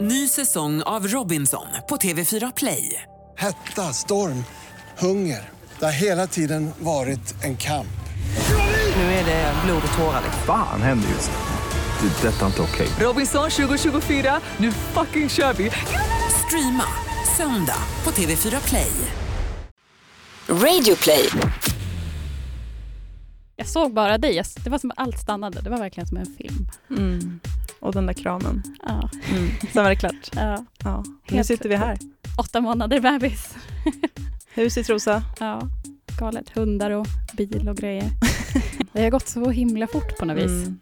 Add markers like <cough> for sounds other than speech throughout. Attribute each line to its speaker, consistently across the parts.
Speaker 1: Ny säsong av Robinson på TV4 Play.
Speaker 2: Hetta, storm, hunger. Det har hela tiden varit en kamp.
Speaker 1: Nu är det blod och tårar. liksom.
Speaker 3: Fan händer just nu. Det. är Detta är inte okej.
Speaker 1: Robinson 2024, nu fucking kör vi! Streama söndag på TV4 Play.
Speaker 4: Radio play.
Speaker 5: Jag såg bara dig. Jag- Det var som att allt stannade. Det var verkligen som en film.
Speaker 6: Mm. Och den där kramen.
Speaker 5: Ja.
Speaker 6: <laughs> Sen var det klart.
Speaker 5: ja.
Speaker 6: Ja. Nu
Speaker 5: Helt
Speaker 6: sitter vi här.
Speaker 5: Åtta månader bebis.
Speaker 6: Hus i Trosa.
Speaker 5: Ja. Galet. Hundar och bil och
Speaker 6: <laughs>
Speaker 5: grejer. Det har gått så himla fort på något vis.
Speaker 6: Mm.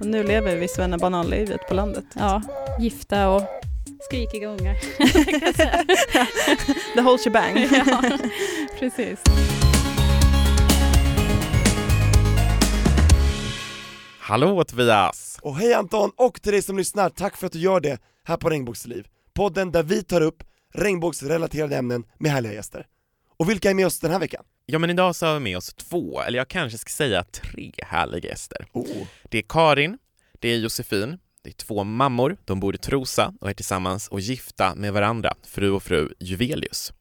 Speaker 6: Och nu lever vi svennebananlivet på landet.
Speaker 5: Ja. Gifta och skrikiga
Speaker 6: <laughs>
Speaker 5: ungar. <laughs>
Speaker 6: The whole <laughs> shebang.
Speaker 5: ja, precis.
Speaker 7: Hallå Tobias!
Speaker 8: Och hej Anton och till dig som lyssnar, tack för att du gör det här på Regnbågsliv. Podden där vi tar upp regnbågsrelaterade ämnen med härliga gäster. Och vilka är med oss den här veckan?
Speaker 7: Ja men idag så har vi med oss två, eller jag kanske ska säga tre härliga gäster.
Speaker 8: Oh.
Speaker 7: Det är Karin, det är Josefin, det är två mammor, de bor i Trosa och är tillsammans och gifta med varandra, fru och fru Juvelius.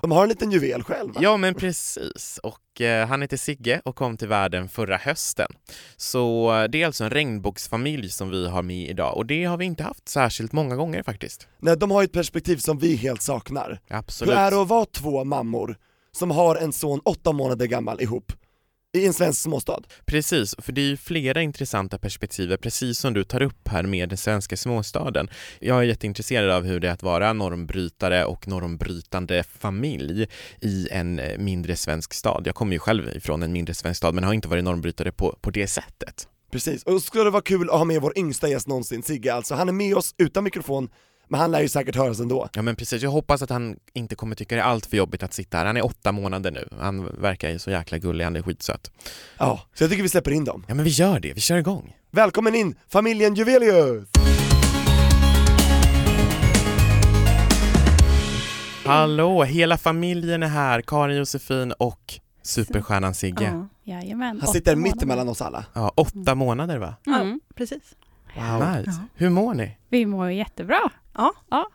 Speaker 8: De har en liten juvel själv va?
Speaker 7: Ja men precis, och eh, han heter Sigge och kom till världen förra hösten. Så eh, det är alltså en regnbågsfamilj som vi har med idag och det har vi inte haft särskilt många gånger faktiskt.
Speaker 8: Nej, de har ju ett perspektiv som vi helt saknar.
Speaker 7: Absolut.
Speaker 8: Hur är det att vara två mammor som har en son åtta månader gammal ihop? I en svensk småstad?
Speaker 7: Precis, för det är ju flera intressanta perspektiv, precis som du tar upp här med den svenska småstaden. Jag är jätteintresserad av hur det är att vara normbrytare och normbrytande familj i en eh, mindre svensk stad. Jag kommer ju själv ifrån en mindre svensk stad men har inte varit normbrytare på, på det sättet.
Speaker 8: Precis, och skulle det vara kul att ha med vår yngsta gäst någonsin, Sigge alltså. Han är med oss utan mikrofon, men han lär ju säkert höras ändå.
Speaker 7: Ja men precis, jag hoppas att han inte kommer tycka det är allt för jobbigt att sitta här. Han är åtta månader nu, han verkar ju så jäkla gullig, han är skitsöt.
Speaker 8: Ja, så jag tycker vi släpper in dem.
Speaker 7: Ja men vi gör det, vi kör igång!
Speaker 8: Välkommen in, familjen Juvelius!
Speaker 7: Hallå, hela familjen är här, Karin, Josefin och superstjärnan Sigge.
Speaker 6: Ja.
Speaker 5: Jajamän.
Speaker 8: Han
Speaker 5: Åtta
Speaker 8: sitter mitt
Speaker 5: månader.
Speaker 8: emellan oss alla.
Speaker 7: Ja, åtta månader va?
Speaker 5: Mm.
Speaker 6: Precis. Ja.
Speaker 7: Nice. Hur mår ni?
Speaker 5: Vi mår ju jättebra.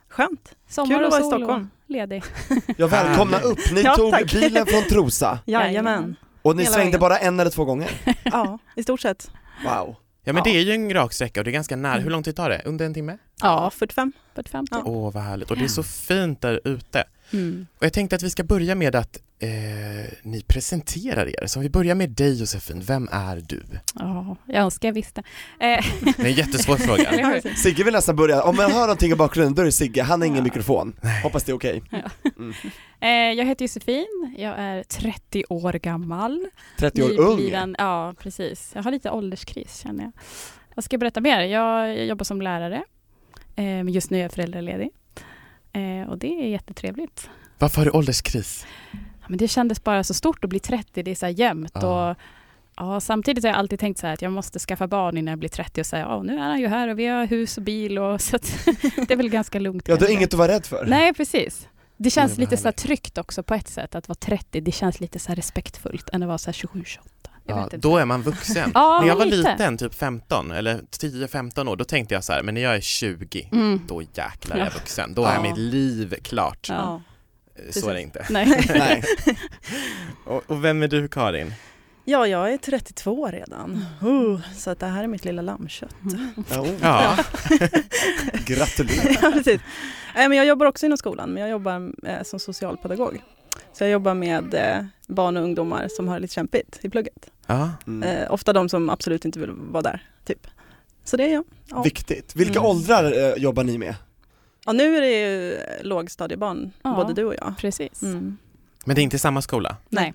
Speaker 6: Skönt.
Speaker 5: Sommar
Speaker 6: Kul
Speaker 5: och
Speaker 6: att vara i
Speaker 5: sol
Speaker 6: Stockholm.
Speaker 5: och ledig.
Speaker 8: Jag välkomnar upp, ni
Speaker 6: Ja,
Speaker 8: tog
Speaker 6: tack.
Speaker 8: bilen från Trosa
Speaker 6: Jajamän.
Speaker 8: och ni
Speaker 6: Hela
Speaker 8: svängde
Speaker 6: vägen.
Speaker 8: bara en eller två gånger.
Speaker 6: Ja, i stort sett.
Speaker 8: Wow.
Speaker 7: Ja men
Speaker 6: Ja.
Speaker 7: det är ju en rak sträcka och det är ganska nära.
Speaker 5: Mm.
Speaker 7: Hur lång tid tar det? Under en timme?
Speaker 6: Ja, 45.
Speaker 5: 45
Speaker 6: Ja.
Speaker 7: Åh vad härligt och det är så fint där ute.
Speaker 5: mm.
Speaker 7: Och jag tänkte att vi ska börja med att eh, ni presenterar er. Så om vi börjar med dig Josefin, vem är du?
Speaker 5: Ja, jag önskar jag visste. Eh,
Speaker 7: Det är
Speaker 5: <laughs>
Speaker 7: en jättesvår fråga.
Speaker 5: eller hur?
Speaker 8: Sigge vill nästan börja, om man hör någonting i bakgrunden då är det Sigge, han har ingen mikrofon.
Speaker 7: Nej.
Speaker 8: Hoppas det är okej.
Speaker 5: Eh, jag heter Josefin, jag är 30 år gammal.
Speaker 8: 30 år ung.
Speaker 5: Nybliven- Ja, precis. Jag har lite ålderskris känner jag. Vad ska jag berätta mer? Jag, jag jobbar som lärare, eh, men just nu är jag föräldraledig. Eh, och det är jättetrevligt.
Speaker 7: Varför har du ålderskris?
Speaker 5: Ja, men det kändes bara så stort att bli 30, det är så här jämnt.
Speaker 7: Ja.
Speaker 8: Ah.
Speaker 5: Och, ja, samtidigt har jag alltid tänkt så här att jag måste skaffa barn innan jag blir 30 och säga ja nu är han ju här och vi har hus och bil och <laughs> så att, det är väl ganska lugnt.
Speaker 8: Ja, du har
Speaker 5: kanske.
Speaker 8: inget att vara Mm, rädd för.
Speaker 5: Nej, precis. Det känns
Speaker 7: vad
Speaker 5: lite så här
Speaker 7: härligt.
Speaker 5: tryggt också på ett sätt att vara 30. Det känns lite så här respektfullt än att vara så här 27, 28. Jag
Speaker 7: Ja,
Speaker 5: vet inte.
Speaker 7: då är man vuxen.
Speaker 5: Ja,
Speaker 7: När jag var
Speaker 5: lite.
Speaker 7: liten, typ 15 eller 10-15 år, då tänkte jag så här, men när jag är 20,
Speaker 5: Mm.
Speaker 7: då jäklar är jag
Speaker 5: Ja.
Speaker 7: vuxen. Då är
Speaker 6: Ja.
Speaker 7: mitt liv klart.
Speaker 5: Ja.
Speaker 7: Så är
Speaker 6: precis.
Speaker 7: det inte.
Speaker 6: <laughs>
Speaker 5: Nej.
Speaker 8: Nej.
Speaker 7: <laughs> Och, och vem är du Karin?
Speaker 6: Ja, jag är 32 redan. Oh, så att det här är mitt lilla lammkött. <laughs>
Speaker 8: Ja, oh,
Speaker 7: Ja.
Speaker 8: Gratulerar.
Speaker 6: ja, precis. Nej, men jag jobbar också inom skolan, men jag jobbar eh, som socialpedagog. Så jag jobbar med eh, barn och ungdomar som har det lite kämpigt i plugget.
Speaker 7: ja.
Speaker 8: Mm.
Speaker 6: Eh, ofta de som absolut inte vill vara där, typ. Så det är jag. Ja.
Speaker 8: Viktigt. Vilka
Speaker 6: Mm.
Speaker 8: åldrar eh, jobbar ni med?
Speaker 6: Ja, nu är det ju eh, lågstadiebarn,
Speaker 5: Ja.
Speaker 6: både du och jag.
Speaker 5: Precis.
Speaker 6: Mm.
Speaker 7: Men det är inte samma skola?
Speaker 5: Nej.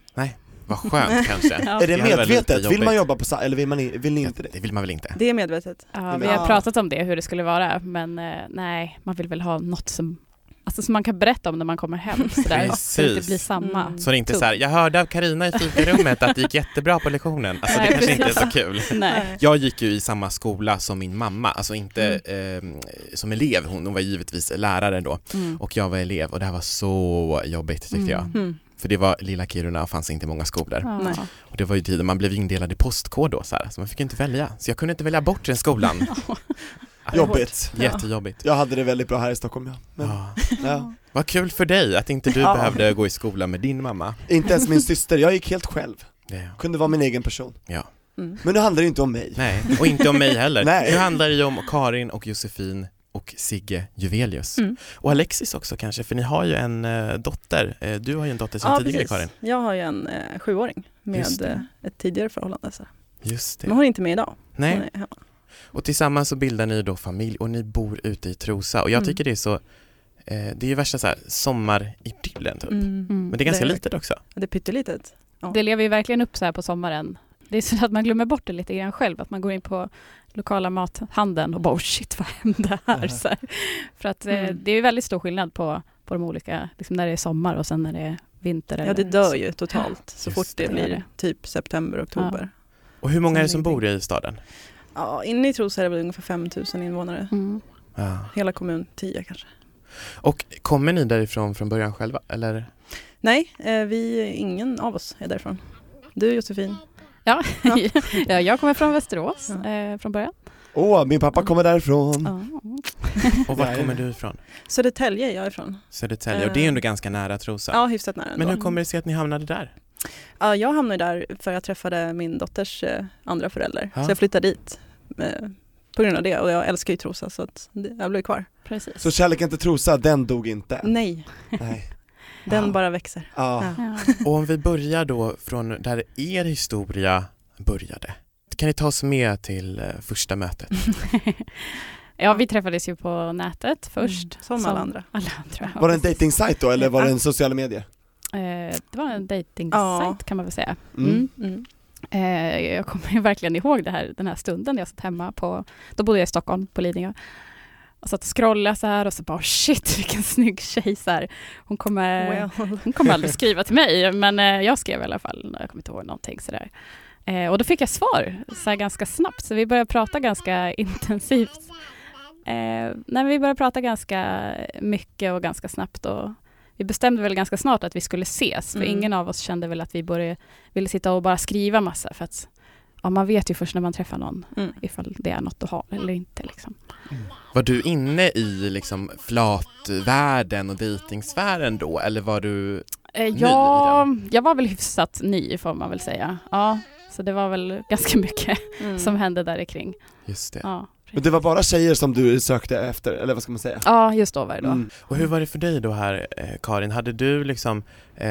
Speaker 7: Vad skönt <laughs> kanske.
Speaker 5: Ja.
Speaker 8: Är det
Speaker 7: Det hade varit
Speaker 8: medvetet?
Speaker 7: lite
Speaker 8: Vill man
Speaker 7: jobbigt.
Speaker 8: jobba på sa- eller vill, man, i- vill ni inte det?
Speaker 7: Det vill man väl inte?
Speaker 6: Det är medvetet.
Speaker 5: Ja, vi
Speaker 8: Ja.
Speaker 5: har pratat om det, hur det skulle vara, men eh, nej, man vill väl ha något som, alltså, som man kan berätta om när man kommer hem. Så, där, så det inte
Speaker 7: Precis.
Speaker 5: blir samma.
Speaker 6: Mm.
Speaker 7: Så det är inte så här, jag hörde av Karina i fikarummet att det gick jättebra på lektionen. Alltså det
Speaker 5: Nej,
Speaker 7: kanske inte är
Speaker 5: precis.
Speaker 7: så kul.
Speaker 5: Nej.
Speaker 7: Jag gick ju i samma skola som min mamma, alltså inte eh, som elev, hon, hon var givetvis lärare då
Speaker 5: Mm.
Speaker 7: och jag var elev och det här var så jobbigt tyckte jag.
Speaker 5: Mm.
Speaker 7: För för det var lilla Kiruna och fanns inte många skolor.
Speaker 5: Ja.
Speaker 6: Nej.
Speaker 7: Och det var ju tiden man blev indelad i postkod då så här, så man fick ju inte välja. Så jag kunde inte välja bort den <laughs> skolan.
Speaker 8: Jobbigt.
Speaker 7: Jättejobbigt.
Speaker 8: Jag hade det väldigt bra här i Stockholm ja. Men,
Speaker 7: Ja.
Speaker 8: ja.
Speaker 7: Vad kul för dig att inte du
Speaker 8: Ja.
Speaker 7: behövde gå i skolan med din mamma.
Speaker 8: Inte ens min syster, jag gick helt själv.
Speaker 7: Det-
Speaker 8: Kunde vara min egen person.
Speaker 7: Ja.
Speaker 6: Mm.
Speaker 8: Men nu handlar det ju inte om mig.
Speaker 7: Nej, och inte om mig heller.
Speaker 8: <laughs> Nej.
Speaker 7: Nu handlar det ju om Karin och Josefin och Sigge Juvelius.
Speaker 5: Mm.
Speaker 7: Och Alexis också kanske, för ni har ju en eh, dotter. Eh, du har ju en dotter sedan
Speaker 6: Ja,
Speaker 7: tidigare
Speaker 6: precis.
Speaker 7: Karin.
Speaker 6: Jag har ju en eh, sjuåring
Speaker 7: Just
Speaker 6: med
Speaker 7: det.
Speaker 6: eh, ett tidigare förhållande. Så.
Speaker 7: Just det.
Speaker 6: Men hon är inte med idag.
Speaker 7: Nej.
Speaker 6: Hon är hemma.
Speaker 7: Och tillsammans så bildar ni då familj och ni bor ute i Trosa och jag
Speaker 6: Mm.
Speaker 7: tycker det är så, eh, det är ju värsta så här sommaridyllen typ.
Speaker 6: Mm.
Speaker 5: Mm.
Speaker 7: Men det är ganska
Speaker 6: det är
Speaker 7: litet också.
Speaker 6: Det är pyttelitet.
Speaker 5: Det lever ju verkligen upp så här på sommaren. Det är så att man glömmer bort det lite grann själv, att man går in på lokala mathandeln och bara oh shit vad hände här? Så här. För att eh,
Speaker 6: Mm.
Speaker 5: det är ju väldigt stor skillnad på, på de olika, liksom när det är sommar och sen när det är vinter.
Speaker 6: Ja,
Speaker 5: eller
Speaker 6: det dör ju totalt så
Speaker 7: Just
Speaker 6: fort det
Speaker 5: det.
Speaker 6: blir typ september, oktober.
Speaker 7: Och hur många är det som
Speaker 6: Som
Speaker 7: bor i staden?
Speaker 6: Ja. inne i Trosa är det väl ungefär 5000 invånare.
Speaker 5: Mm.
Speaker 7: Ja.
Speaker 6: Hela kommun 10 kanske.
Speaker 7: Och kommer ni därifrån från början själva eller?
Speaker 6: Nej, eh, vi, ingen av oss är därifrån. Du Josefin?
Speaker 5: ja, jag kommer från Västerås
Speaker 6: Ja.
Speaker 5: eh, från början.
Speaker 8: Åh, min pappa kommer därifrån.
Speaker 5: Ja.
Speaker 7: Och var
Speaker 8: Nej.
Speaker 7: kommer du ifrån?
Speaker 6: Södertälje är jag ifrån.
Speaker 7: Södertälje, och det är ju
Speaker 6: Eh.
Speaker 7: ändå ganska nära Trosa.
Speaker 6: Ja, hyfsat nära ändå.
Speaker 7: Men hur kommer det sig att ni hamnade där?
Speaker 6: <laughs> Ja, jag hamnade där för jag träffade min dotters eh, andra förälder.
Speaker 7: Ja.
Speaker 6: Så jag flyttade dit eh, på grund av det och jag älskar ju Trosa så att det- jag blev kvar.
Speaker 5: Precis.
Speaker 8: Så kärleken till Trosa, den dog inte.
Speaker 6: Nej,
Speaker 8: Nej.
Speaker 6: den
Speaker 7: Ja.
Speaker 6: bara växer.
Speaker 8: Ja.
Speaker 5: ja. <laughs>
Speaker 7: Och om vi börjar då från där er historia började. Kan ni ta oss med till eh, första mötet?
Speaker 5: ja, vi träffades ju på nätet först.
Speaker 6: Som, alla andra.
Speaker 5: Alla andra.
Speaker 8: Mm. Var det en dating-sajt då eller var det en sociala medier?
Speaker 5: Eh, det var en dating
Speaker 6: Ja.
Speaker 5: kan man väl säga.
Speaker 8: Mm.
Speaker 5: Mm.
Speaker 6: Mm.
Speaker 5: Eh, jag kommer ju verkligen ihåg det här, den här stunden jag satt hemma på, då bodde jag i Stockholm på Lidingö. Och satt och scrollade så här och så bara shit vilken snygg tjej så här. Hon kommer,
Speaker 6: Well.
Speaker 5: hon kommer aldrig skriva till mig men eh, jag skrev i alla fall, jag kommer inte ihåg någonting sådär. Eh, och då fick jag svar så här ganska snabbt så vi började prata ganska <laughs> intensivt. Eh, nej, men vi började prata ganska mycket och ganska snabbt och vi bestämde väl ganska snart att vi skulle ses för
Speaker 6: Mm.
Speaker 5: ingen av oss kände väl att vi borde, ville sitta och bara skriva massa för att ja, man vet ju först när man träffar någon
Speaker 6: Mm.
Speaker 5: ifall det är något att ha eller inte. Liksom.
Speaker 7: Var du inne i liksom flatvärlden och dejtingsfären då eller var du
Speaker 5: Eh,
Speaker 7: Ny
Speaker 5: ja, jag var väl hyfsat ny får man väl säga. Ja, så det var väl ganska mycket
Speaker 6: <laughs> Mm.
Speaker 5: som hände där kring.
Speaker 7: Just det.
Speaker 5: Ja,
Speaker 8: Men det var bara tjejer som du sökte efter, eller vad ska man säga?
Speaker 5: ja just då var det då.
Speaker 8: Mm.
Speaker 7: Och hur var det för dig då här eh, Karin? Hade du liksom, eh,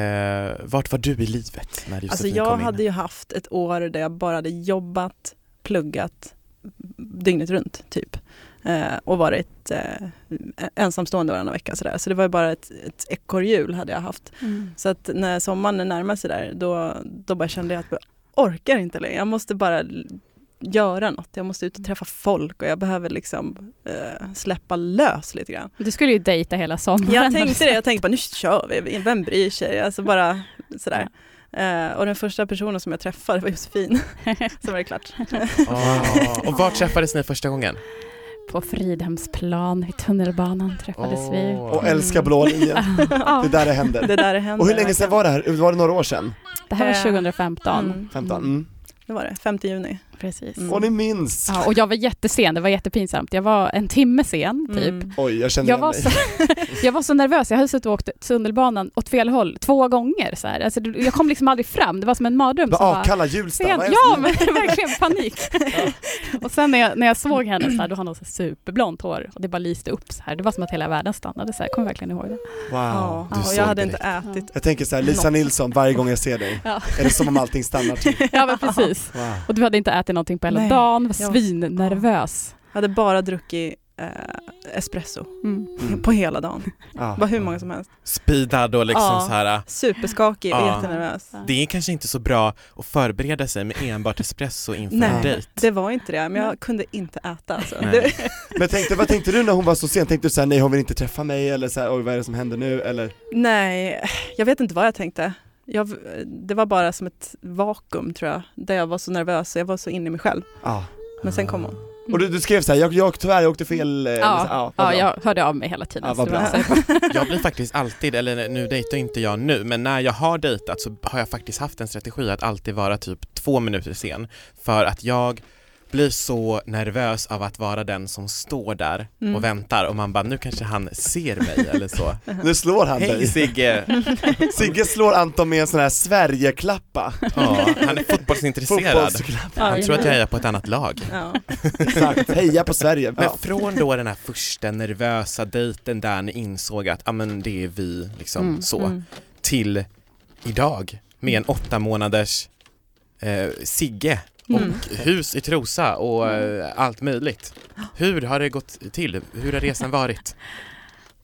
Speaker 7: vart var du i livet när Josefin
Speaker 6: Alltså
Speaker 7: kom
Speaker 6: jag
Speaker 7: in?
Speaker 6: hade ju haft ett år där jag bara hade jobbat, pluggat dygnet runt typ. Eh, och varit eh, ensamstående varannan vecka sådär. Så det var ju bara ett, ett ekorrhjul hade jag haft. Så att när sommaren närmade sig där då, då bara kände jag att jag orkar inte längre. Jag måste bara l- göra något. Jag måste ut och träffa folk och jag behöver liksom eh, släppa lös
Speaker 5: <laughs>
Speaker 6: lite grann.
Speaker 5: Du skulle ju dejta hela sommaren.
Speaker 6: Jag tänkte det, jag tänkte bara nu kör vi, vem bryr sig? Alltså bara sådär. Eh, och den första personen som jag träffade
Speaker 5: <laughs>
Speaker 6: var Josefin. Sen var det klart.
Speaker 7: Ah. Och var träffades ni första gången?
Speaker 5: På Fridhemsplan vid tunnelbanan träffades vi.
Speaker 7: Åh.
Speaker 8: Och älska blå linjen,
Speaker 5: Ja,
Speaker 8: det där det
Speaker 6: <laughs>
Speaker 8: händer.
Speaker 6: Det där det hände.
Speaker 8: Och hur länge sedan var det här? Var det några år sedan?
Speaker 5: det här var
Speaker 6: Eh,
Speaker 5: 2015.
Speaker 6: Mm,
Speaker 8: 15? Mm.
Speaker 6: det var det, 5 juni.
Speaker 5: Precis.
Speaker 6: Mm.
Speaker 8: Och ni minns?
Speaker 5: Ja, och jag var jättesen, det var jättepinsamt. Jag var en timme sen typ.
Speaker 6: Mm.
Speaker 8: Oj, jag känner
Speaker 5: Jag
Speaker 8: igen
Speaker 5: var,
Speaker 8: mig.
Speaker 5: så, jag var så nervös, jag hade suttit och åkt tunnelbanan åt fel håll två gånger. Så här. Alltså, det- jag kom liksom aldrig fram, det var som en mardröm.
Speaker 8: Bara,
Speaker 5: som bara-
Speaker 8: ah, kalla Hjulsta,
Speaker 5: Sen,
Speaker 8: vad är det
Speaker 5: ja,
Speaker 8: som-
Speaker 5: men verkligen <laughs> panik. Och sen när jag, när jag såg henne så här, då hade hon så här superblont hår och det bara lyste upp så här. Det var som att hela världen stannade så här. Jag kommer verkligen ihåg det.
Speaker 8: Wow.
Speaker 6: Ja,
Speaker 7: du
Speaker 6: och
Speaker 7: såg
Speaker 6: jag hade
Speaker 7: direkt.
Speaker 6: inte ätit.
Speaker 8: Jag tänker så här, Lisa Nilsson, varje gång jag ser dig,
Speaker 5: Ja.
Speaker 8: är det som om allting
Speaker 6: <laughs>
Speaker 8: stannar till.
Speaker 5: Ja, men precis.
Speaker 8: Wow.
Speaker 5: Och du hade inte ätit någonting på hela
Speaker 6: Nej,
Speaker 5: dagen, var
Speaker 6: jag var-
Speaker 5: svinnervös.
Speaker 6: Jag hade bara druckit eh, espresso
Speaker 5: Mm.
Speaker 8: Mm.
Speaker 6: på hela dagen.
Speaker 8: Ja.
Speaker 6: Bara hur många som helst.
Speaker 7: Speedad och liksom
Speaker 6: Ja.
Speaker 7: så här.
Speaker 6: Superskakig och
Speaker 7: Ja.
Speaker 6: jättenervös.
Speaker 7: Det är kanske inte så bra att förbereda sig med enbart espresso inför en
Speaker 6: Nej.
Speaker 7: dejt.
Speaker 6: Det var inte det, men jag kunde inte äta. Alltså.
Speaker 7: Nej.
Speaker 6: Det,
Speaker 8: Men tänkte, vad tänkte du när hon var så sen? Tänkte du såhär, nej hon vill inte träffa mig eller såhär, oj vad är det som händer nu eller?
Speaker 6: Nej, jag vet inte vad jag tänkte. Jag, det var bara som ett vakuum tror jag, där jag var så nervös och jag var så inne i mig själv.
Speaker 8: Ja.
Speaker 6: Men sen kom hon.
Speaker 8: Och du, du skrev så här, jag, jag tyvärr jag åkte fel, eh,
Speaker 5: Ja,
Speaker 8: så-
Speaker 5: ja,
Speaker 8: vad bra.
Speaker 5: jag hörde av mig hela tiden.
Speaker 8: Ja,
Speaker 5: så
Speaker 8: vad
Speaker 5: det var
Speaker 8: bra.
Speaker 5: så här-
Speaker 7: Jag blir faktiskt alltid, eller nu dejtar inte jag nu, men när jag har dejtat så har jag faktiskt haft en strategi att alltid vara typ två minuter sen. För att jag blir så nervös av att vara den som står där och väntar och man bara nu kanske han ser mig eller så.
Speaker 8: Nu slår han
Speaker 7: Hej
Speaker 8: dig.
Speaker 7: Sigge!
Speaker 8: Sigge slår Anton med en sån här Sverigeklappa.
Speaker 7: Ja, han är fotbollsintresserad.
Speaker 8: Fotbollsklapp.
Speaker 7: Han tror att jag är på ett annat lag.
Speaker 6: Ja.
Speaker 8: Exakt, heja på Sverige.
Speaker 7: Men
Speaker 8: Ja.
Speaker 7: från då den här första nervösa dejten där ni insåg att ah, men det är vi liksom
Speaker 5: Mm,
Speaker 7: så till idag med en åtta månaders eh, Sigge och
Speaker 5: Mm.
Speaker 7: hus i Trosa och eh,
Speaker 5: <gasps>
Speaker 7: allt möjligt. Hur har det gått till? Hur har resan varit?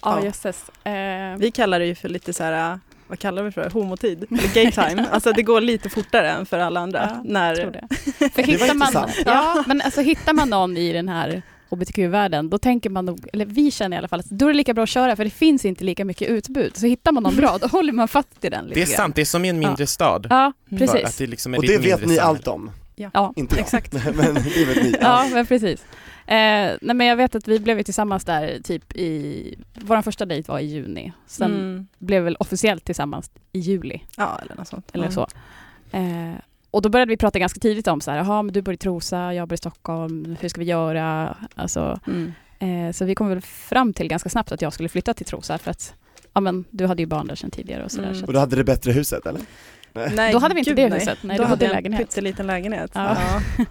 Speaker 5: Ja,
Speaker 6: Ja.
Speaker 5: jösses. Eh,
Speaker 6: Vi kallar det ju för lite så här, vad kallar vi det för, homotid? Eller gay
Speaker 5: <laughs>
Speaker 6: time. Alltså det går lite fortare än för alla andra.
Speaker 5: Ja,
Speaker 6: när,
Speaker 5: tror det. <laughs> För
Speaker 8: Det var
Speaker 5: hittar man,
Speaker 8: intressant.
Speaker 5: ja, men alltså hittar man någon i den här hbtq-världen, då tänker man nog, eller vi känner i alla fall, att då är det lika bra att köra för det finns inte lika mycket utbud. Så hittar man någon bra, då håller man fast i den <laughs> lite
Speaker 7: Det är
Speaker 5: grann.
Speaker 7: sant, det är som i en mindre stad.
Speaker 5: Ja,
Speaker 7: Bara Att
Speaker 5: precis.
Speaker 7: det liksom är
Speaker 8: Och
Speaker 7: ett
Speaker 8: det vet
Speaker 7: mindre
Speaker 8: ni
Speaker 7: samhälle.
Speaker 8: allt om,
Speaker 5: Ja,
Speaker 8: inte jag.
Speaker 5: exakt.
Speaker 8: <laughs> Men det vet ni.
Speaker 5: Ja, men precis. Eh, nej, men jag vet att vi blev ju tillsammans där typ i, vår första dejt var i juni. Sen
Speaker 6: Mm.
Speaker 5: blev vi väl officiellt tillsammans i juli.
Speaker 6: Ja, eller något sånt.
Speaker 5: eller så. Eh, och då började vi prata ganska tidigt om så här, jaha men du bor i Trosa, jag bor i Stockholm, hur ska vi göra? Alltså,
Speaker 6: Mm.
Speaker 5: eh, så vi kom väl fram till ganska snabbt att jag skulle flytta till Trosa för att ja, men, du hade ju barn där sedan tidigare och sådär.
Speaker 6: Mm.
Speaker 5: Så
Speaker 8: Och
Speaker 5: att,
Speaker 8: du hade det bättre huset eller?
Speaker 6: Nej,
Speaker 5: då hade vi inte
Speaker 6: gud,
Speaker 5: det
Speaker 6: nej.
Speaker 5: huset, nej,
Speaker 6: då
Speaker 5: du hade
Speaker 6: hade
Speaker 5: en
Speaker 6: jag en
Speaker 5: lägenhet.
Speaker 6: pytteliten lägenhet.
Speaker 5: Ja.
Speaker 6: Ja.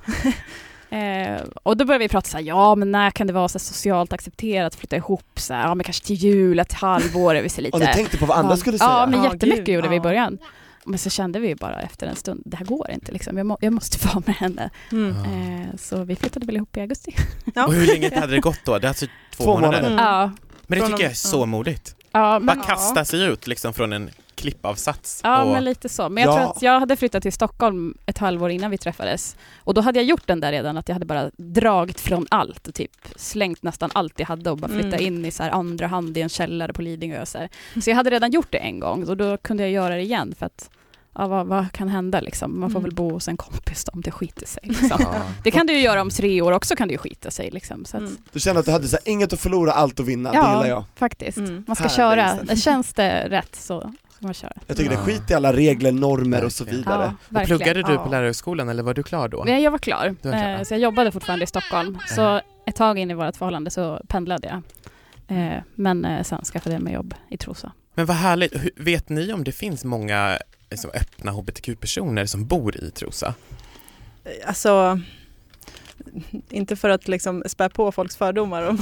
Speaker 5: Eh, och då började vi prata så här, ja men när kan det vara så här, socialt accepterat att flytta ihop? Så här, ja men kanske till jul, ett halvår, är vi ser lite...
Speaker 8: Och ni tänkte på vad andra
Speaker 5: Ja.
Speaker 8: skulle
Speaker 5: Ja,
Speaker 8: säga?
Speaker 5: men
Speaker 6: Ja,
Speaker 5: jättemycket
Speaker 6: gud,
Speaker 5: gjorde vi i
Speaker 6: ja.
Speaker 5: början. Men så kände vi ju bara efter en stund, det här går inte liksom. Jag, må, jag måste <laughs> vara med henne.
Speaker 6: Mm.
Speaker 7: Ja.
Speaker 5: Eh, så vi flyttade väl ihop i augusti.
Speaker 7: Och hur länge hade det gått då? Det är alltså två,
Speaker 8: Två
Speaker 7: månader.
Speaker 5: <laughs>
Speaker 6: Mm.
Speaker 8: månader.
Speaker 5: Ja,
Speaker 7: Men det
Speaker 6: Från
Speaker 7: tycker jag
Speaker 6: om-
Speaker 7: är så modigt.
Speaker 5: ja, men,
Speaker 7: Bara kasta sig ut liksom från en klippavsats.
Speaker 5: ja
Speaker 7: och...
Speaker 5: men lite så. Men jag
Speaker 8: Ja.
Speaker 5: tror att jag hade flyttat till Stockholm ett halvår innan vi träffades. Och då hade jag gjort den där redan, att jag hade bara dragit från allt och typ slängt nästan allt jag hade och bara flyttat
Speaker 6: Mm.
Speaker 5: in i så här andra hand i en källare på Lidingö. och Så, här. så jag hade redan gjort det en gång och då kunde jag göra det igen för att Ja, vad, vad kan hända liksom? Man får
Speaker 6: Mm.
Speaker 5: väl bo hos en kompis då, om det skiter sig. Liksom.
Speaker 7: <laughs> Ja.
Speaker 5: Det kan du ju göra om tre år också kan det ju skita sig. Liksom. Så att,
Speaker 6: Mm.
Speaker 8: Du kände att du hade så här, inget att förlora, allt att vinna, det
Speaker 5: Ja.
Speaker 8: gillar jag.
Speaker 5: Faktiskt.
Speaker 6: Mm.
Speaker 5: Man ska
Speaker 8: Härlig
Speaker 5: köra.
Speaker 8: inställning.
Speaker 5: Känns det rätt så ska man köra.
Speaker 8: Jag tycker
Speaker 7: Ja.
Speaker 8: det skit i alla regler, normer och så
Speaker 7: Verkligen.
Speaker 8: vidare.
Speaker 7: och
Speaker 5: verkligen.
Speaker 7: pluggade du
Speaker 6: Ja.
Speaker 7: på lärarhögskolan eller var du klar då?
Speaker 5: Nej, jag var klar.
Speaker 7: Du var klar,
Speaker 5: Eh,
Speaker 7: ja.
Speaker 5: Så jag jobbade fortfarande i Stockholm. Så ett tag in i vårt förhållande så pendlade jag.
Speaker 7: Mm.
Speaker 5: Eh, Men eh, sen skaffade jag mig jobb i Trosa.
Speaker 7: Men vad härligt, Hur- vet ni om det finns många liksom, öppna hbtq-personer som bor i Trosa?
Speaker 6: Alltså, inte för att liksom spä på folks fördomar om,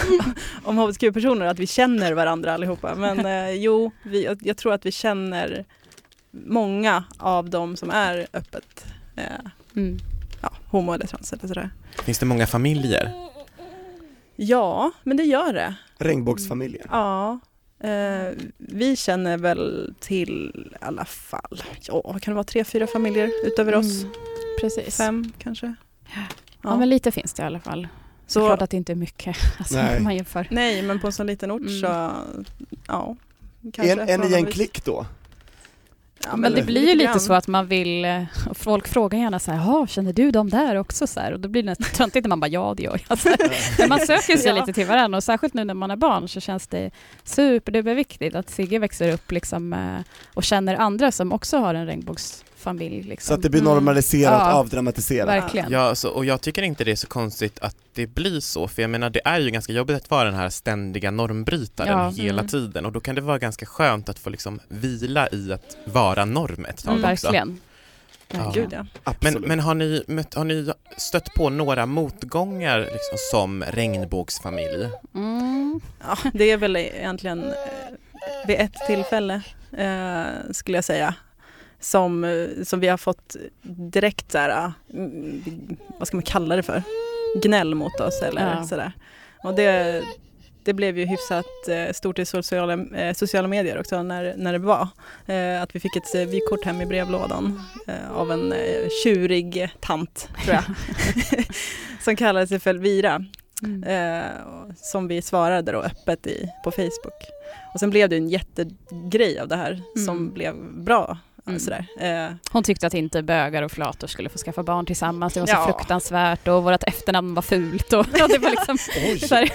Speaker 6: <laughs> om hbtq-personer, att vi känner varandra allihopa. Men eh, jo, vi, jag- jag tror att vi känner många av de som är öppet eh,
Speaker 5: Mm.
Speaker 6: ja, homo eller trans eller sådär.
Speaker 7: Finns det många familjer?
Speaker 6: Ja, men det gör det.
Speaker 8: Regnbågsfamiljen.
Speaker 6: Ja, eh, vi känner väl till i alla fall, ja vad kan det vara, tre, fyra familjer utöver oss?
Speaker 5: Mm. Precis. Ja.
Speaker 6: Fem kanske?
Speaker 5: men lite finns det i alla fall. Så det är
Speaker 6: Så-
Speaker 5: klart att det inte är mycket <laughs> alltså,
Speaker 8: Nej.
Speaker 5: om man jämför.
Speaker 6: Nej, men på en sån liten ort så, ja.
Speaker 8: Är, är ni en
Speaker 6: förhållandevis.
Speaker 8: klick då?
Speaker 6: Ja,
Speaker 5: Men, det
Speaker 8: eller-
Speaker 5: blir ju lite
Speaker 6: grann.
Speaker 5: så att man vill, eh, och folk frågar gärna så här, "Jaha, känner du dem där också? Så här, och då blir det nästan töntigt när man bara, ja det gör jag. Så här, men man söker sig
Speaker 6: Ja.
Speaker 5: lite till varandra och särskilt nu när man har barn så känns det superduperviktigt att Sigge växer upp liksom, eh, och känner andra som också har en regnbågsfamilj. Liksom.
Speaker 8: <laughs> Så att det blir
Speaker 6: Mm.
Speaker 8: normaliserat,
Speaker 5: Ja.
Speaker 8: avdramatiserat.
Speaker 5: Verkligen.
Speaker 7: Ja, så, och jag tycker inte det är så konstigt att det blir så, för jag menar det är ju ganska jobbigt att vara den här ständiga normbrytaren
Speaker 5: Ja.
Speaker 7: hela
Speaker 6: Mm.
Speaker 7: tiden och då kan det vara ganska skönt att få liksom vila i att vara norm ett tag
Speaker 6: Mm.
Speaker 7: också.
Speaker 5: Verkligen.
Speaker 7: Ja.
Speaker 6: Gud ja.
Speaker 7: Men,
Speaker 8: Absolut.
Speaker 7: men har, ni mött, har ni stött på några motgångar liksom, som regnbågsfamilj?
Speaker 5: Mm.
Speaker 6: ja. Det är väl egentligen eh, vid ett tillfälle, eh, skulle jag säga, som, eh, som vi har fått direkt så här, eh, mm, vad ska man kalla det för, gnäll mot oss eller
Speaker 5: Ja.
Speaker 6: sådär. Och det, det blev ju hyfsat eh, stort i sociala, eh, sociala medier också när, när det var. Eh, Att vi fick ett eh, vykort hem i brevlådan eh, av en eh, tjurig tant, tror jag, som kallade sig för Elvira.
Speaker 5: Mm.
Speaker 6: Eh, och som vi svarade då öppet i, på Facebook. Och sen blev det ju en jättegrej av det här
Speaker 5: Mm.
Speaker 6: som blev bra
Speaker 5: Mm.
Speaker 6: Sådär. Eh,
Speaker 5: Hon tyckte att inte bögar och flator skulle få skaffa barn tillsammans, det var så
Speaker 6: Ja.
Speaker 5: fruktansvärt och vårt efternamn var fult. Och, <laughs> ja, det var liksom,
Speaker 8: Oj,
Speaker 5: så här,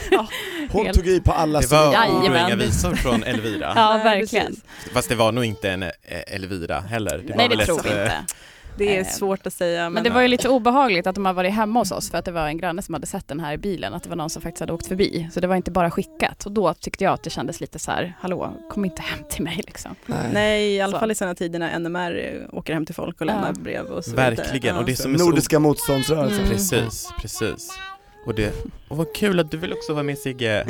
Speaker 8: hon
Speaker 5: helt-
Speaker 8: tog i på alla
Speaker 7: Det var ord och
Speaker 5: Alltså, Jajamän.
Speaker 7: inga visor från Elvira.
Speaker 5: <laughs> ja,
Speaker 6: Nej,
Speaker 5: verkligen.
Speaker 6: precis.
Speaker 7: Fast det var nog inte en eh, Elvira heller. var
Speaker 5: Nej,
Speaker 7: väl
Speaker 5: det
Speaker 7: ett,
Speaker 5: tror vi
Speaker 7: eh,
Speaker 5: inte.
Speaker 6: Det är
Speaker 5: Eh,
Speaker 6: svårt att säga. Men,
Speaker 5: Men det var ju lite obehagligt att de hade varit hemma hos oss för att det var en granne som hade sett den här i bilen, att det var någon som faktiskt hade åkt förbi. Så det var inte bara skickat och då tyckte jag att det kändes lite så här, hallå, kom inte hem till mig liksom.
Speaker 6: Nej, i alla
Speaker 5: Så.
Speaker 6: fall i sena tider när NMR åker hem till folk och
Speaker 5: Ja.
Speaker 6: lämnar brev och så vidare.
Speaker 7: Verkligen, och det som är så
Speaker 8: Nordiska motståndsrörelsen.
Speaker 5: Mm.
Speaker 7: Precis, precis. Och det, och vad kul att du vill också vara
Speaker 5: <laughs>
Speaker 7: med Sigge.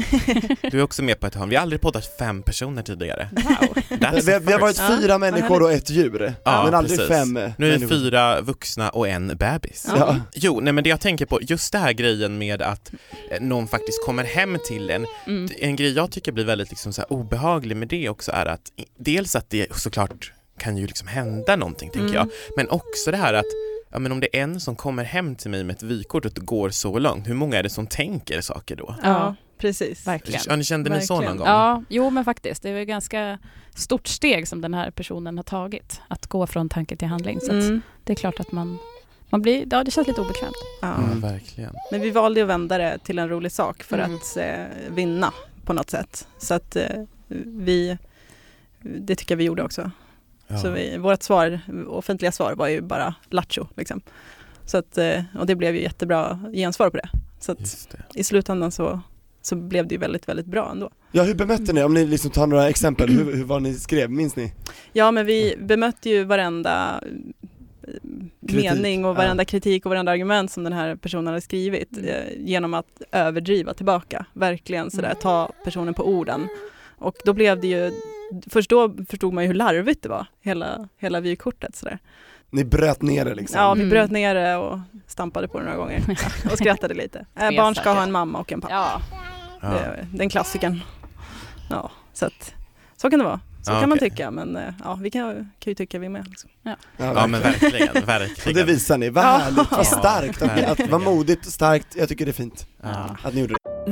Speaker 7: Du är också med på ett hörn. Vi har aldrig poddat fem personer tidigare. That's
Speaker 8: Vi, har- vi har varit
Speaker 7: first.
Speaker 6: Ja,
Speaker 8: fyra människor
Speaker 6: härligt.
Speaker 8: och ett djur,
Speaker 7: Mm. Ja,
Speaker 8: men aldrig
Speaker 7: precis.
Speaker 8: fem eh,
Speaker 7: Nu är vi
Speaker 8: människor.
Speaker 7: fyra vuxna och en bebis.
Speaker 8: Ja.
Speaker 7: Jo, nej men det jag tänker på, just det här grejen med att eh, någon faktiskt kommer hem till en.
Speaker 5: Mm.
Speaker 7: En grej jag tycker blir väldigt liksom så här obehaglig med det också är att i- dels att det såklart kan ju liksom hända någonting tänker
Speaker 6: Mm.
Speaker 7: jag, men också det här att Ja, men om det är en som kommer hem till mig med ett vykort och det går så långt, hur många är det som tänker saker då?
Speaker 6: Ja, precis.
Speaker 5: Verkligen.
Speaker 7: Ja, ni kände ni så någon
Speaker 6: Verkligen.
Speaker 7: gång?
Speaker 5: Ja, jo men faktiskt, det är ett ganska stort steg som den här personen har tagit, att gå från tanke till handling. Så att
Speaker 6: Mm.
Speaker 5: det är klart att man, man blir, ja det känns lite obekvämt.
Speaker 6: Ja.
Speaker 7: Ja,
Speaker 8: Mm.
Speaker 7: verkligen.
Speaker 6: Men vi valde ju att vända det till en rolig sak för
Speaker 5: Mm.
Speaker 6: att eh, vinna på något sätt. Så att eh, vi, det tycker jag vi gjorde också.
Speaker 7: Ja.
Speaker 6: Så vi, vårt svar, offentliga svar var ju bara lattjo liksom. Så att, eh, och det blev ju jättebra gensvar på det. Så att
Speaker 7: Just det.
Speaker 6: i slutändan så, så blev det ju väldigt, väldigt bra ändå.
Speaker 8: Ja, hur bemötte ni? Om ni liksom tar några exempel, hur, hur var ni skrev, minns ni?
Speaker 6: Ja men vi bemötte ju varenda eh,
Speaker 8: Kritik,
Speaker 6: mening och varenda kritik och varenda argument som den här personen hade skrivit
Speaker 5: Mm.
Speaker 6: eh, genom att överdriva tillbaka, verkligen sådär
Speaker 5: Mm.
Speaker 6: ta personen på orden. Och då blev det ju, först då förstod man ju hur larvigt det var, hela, hela vykortet sådär.
Speaker 8: Ni bröt ner det liksom?
Speaker 6: Ja, vi
Speaker 5: Mm.
Speaker 6: bröt ner det och stampade på det några gånger och
Speaker 5: <laughs>
Speaker 6: skrattade lite. Äh,
Speaker 5: Fes
Speaker 6: barn ska ha
Speaker 5: säkert.
Speaker 6: en mamma och en pappa,
Speaker 5: Ja,
Speaker 7: Ja.
Speaker 6: Det- den klassikern. Ja, så att, så kan det vara. Så
Speaker 7: Ja,
Speaker 6: kan man
Speaker 7: okej.
Speaker 6: tycka, men eh, ja, vi kan, kan ju tycka vi med. Liksom.
Speaker 7: ja men verkligen,
Speaker 8: Och det
Speaker 7: verkligen.
Speaker 8: visar ni, vad härligt,
Speaker 7: Ja,
Speaker 8: vad starkt, att, att, vad
Speaker 7: verkligen.
Speaker 8: modigt och starkt, jag tycker det är fint
Speaker 7: Ja.
Speaker 8: att ni gjorde det.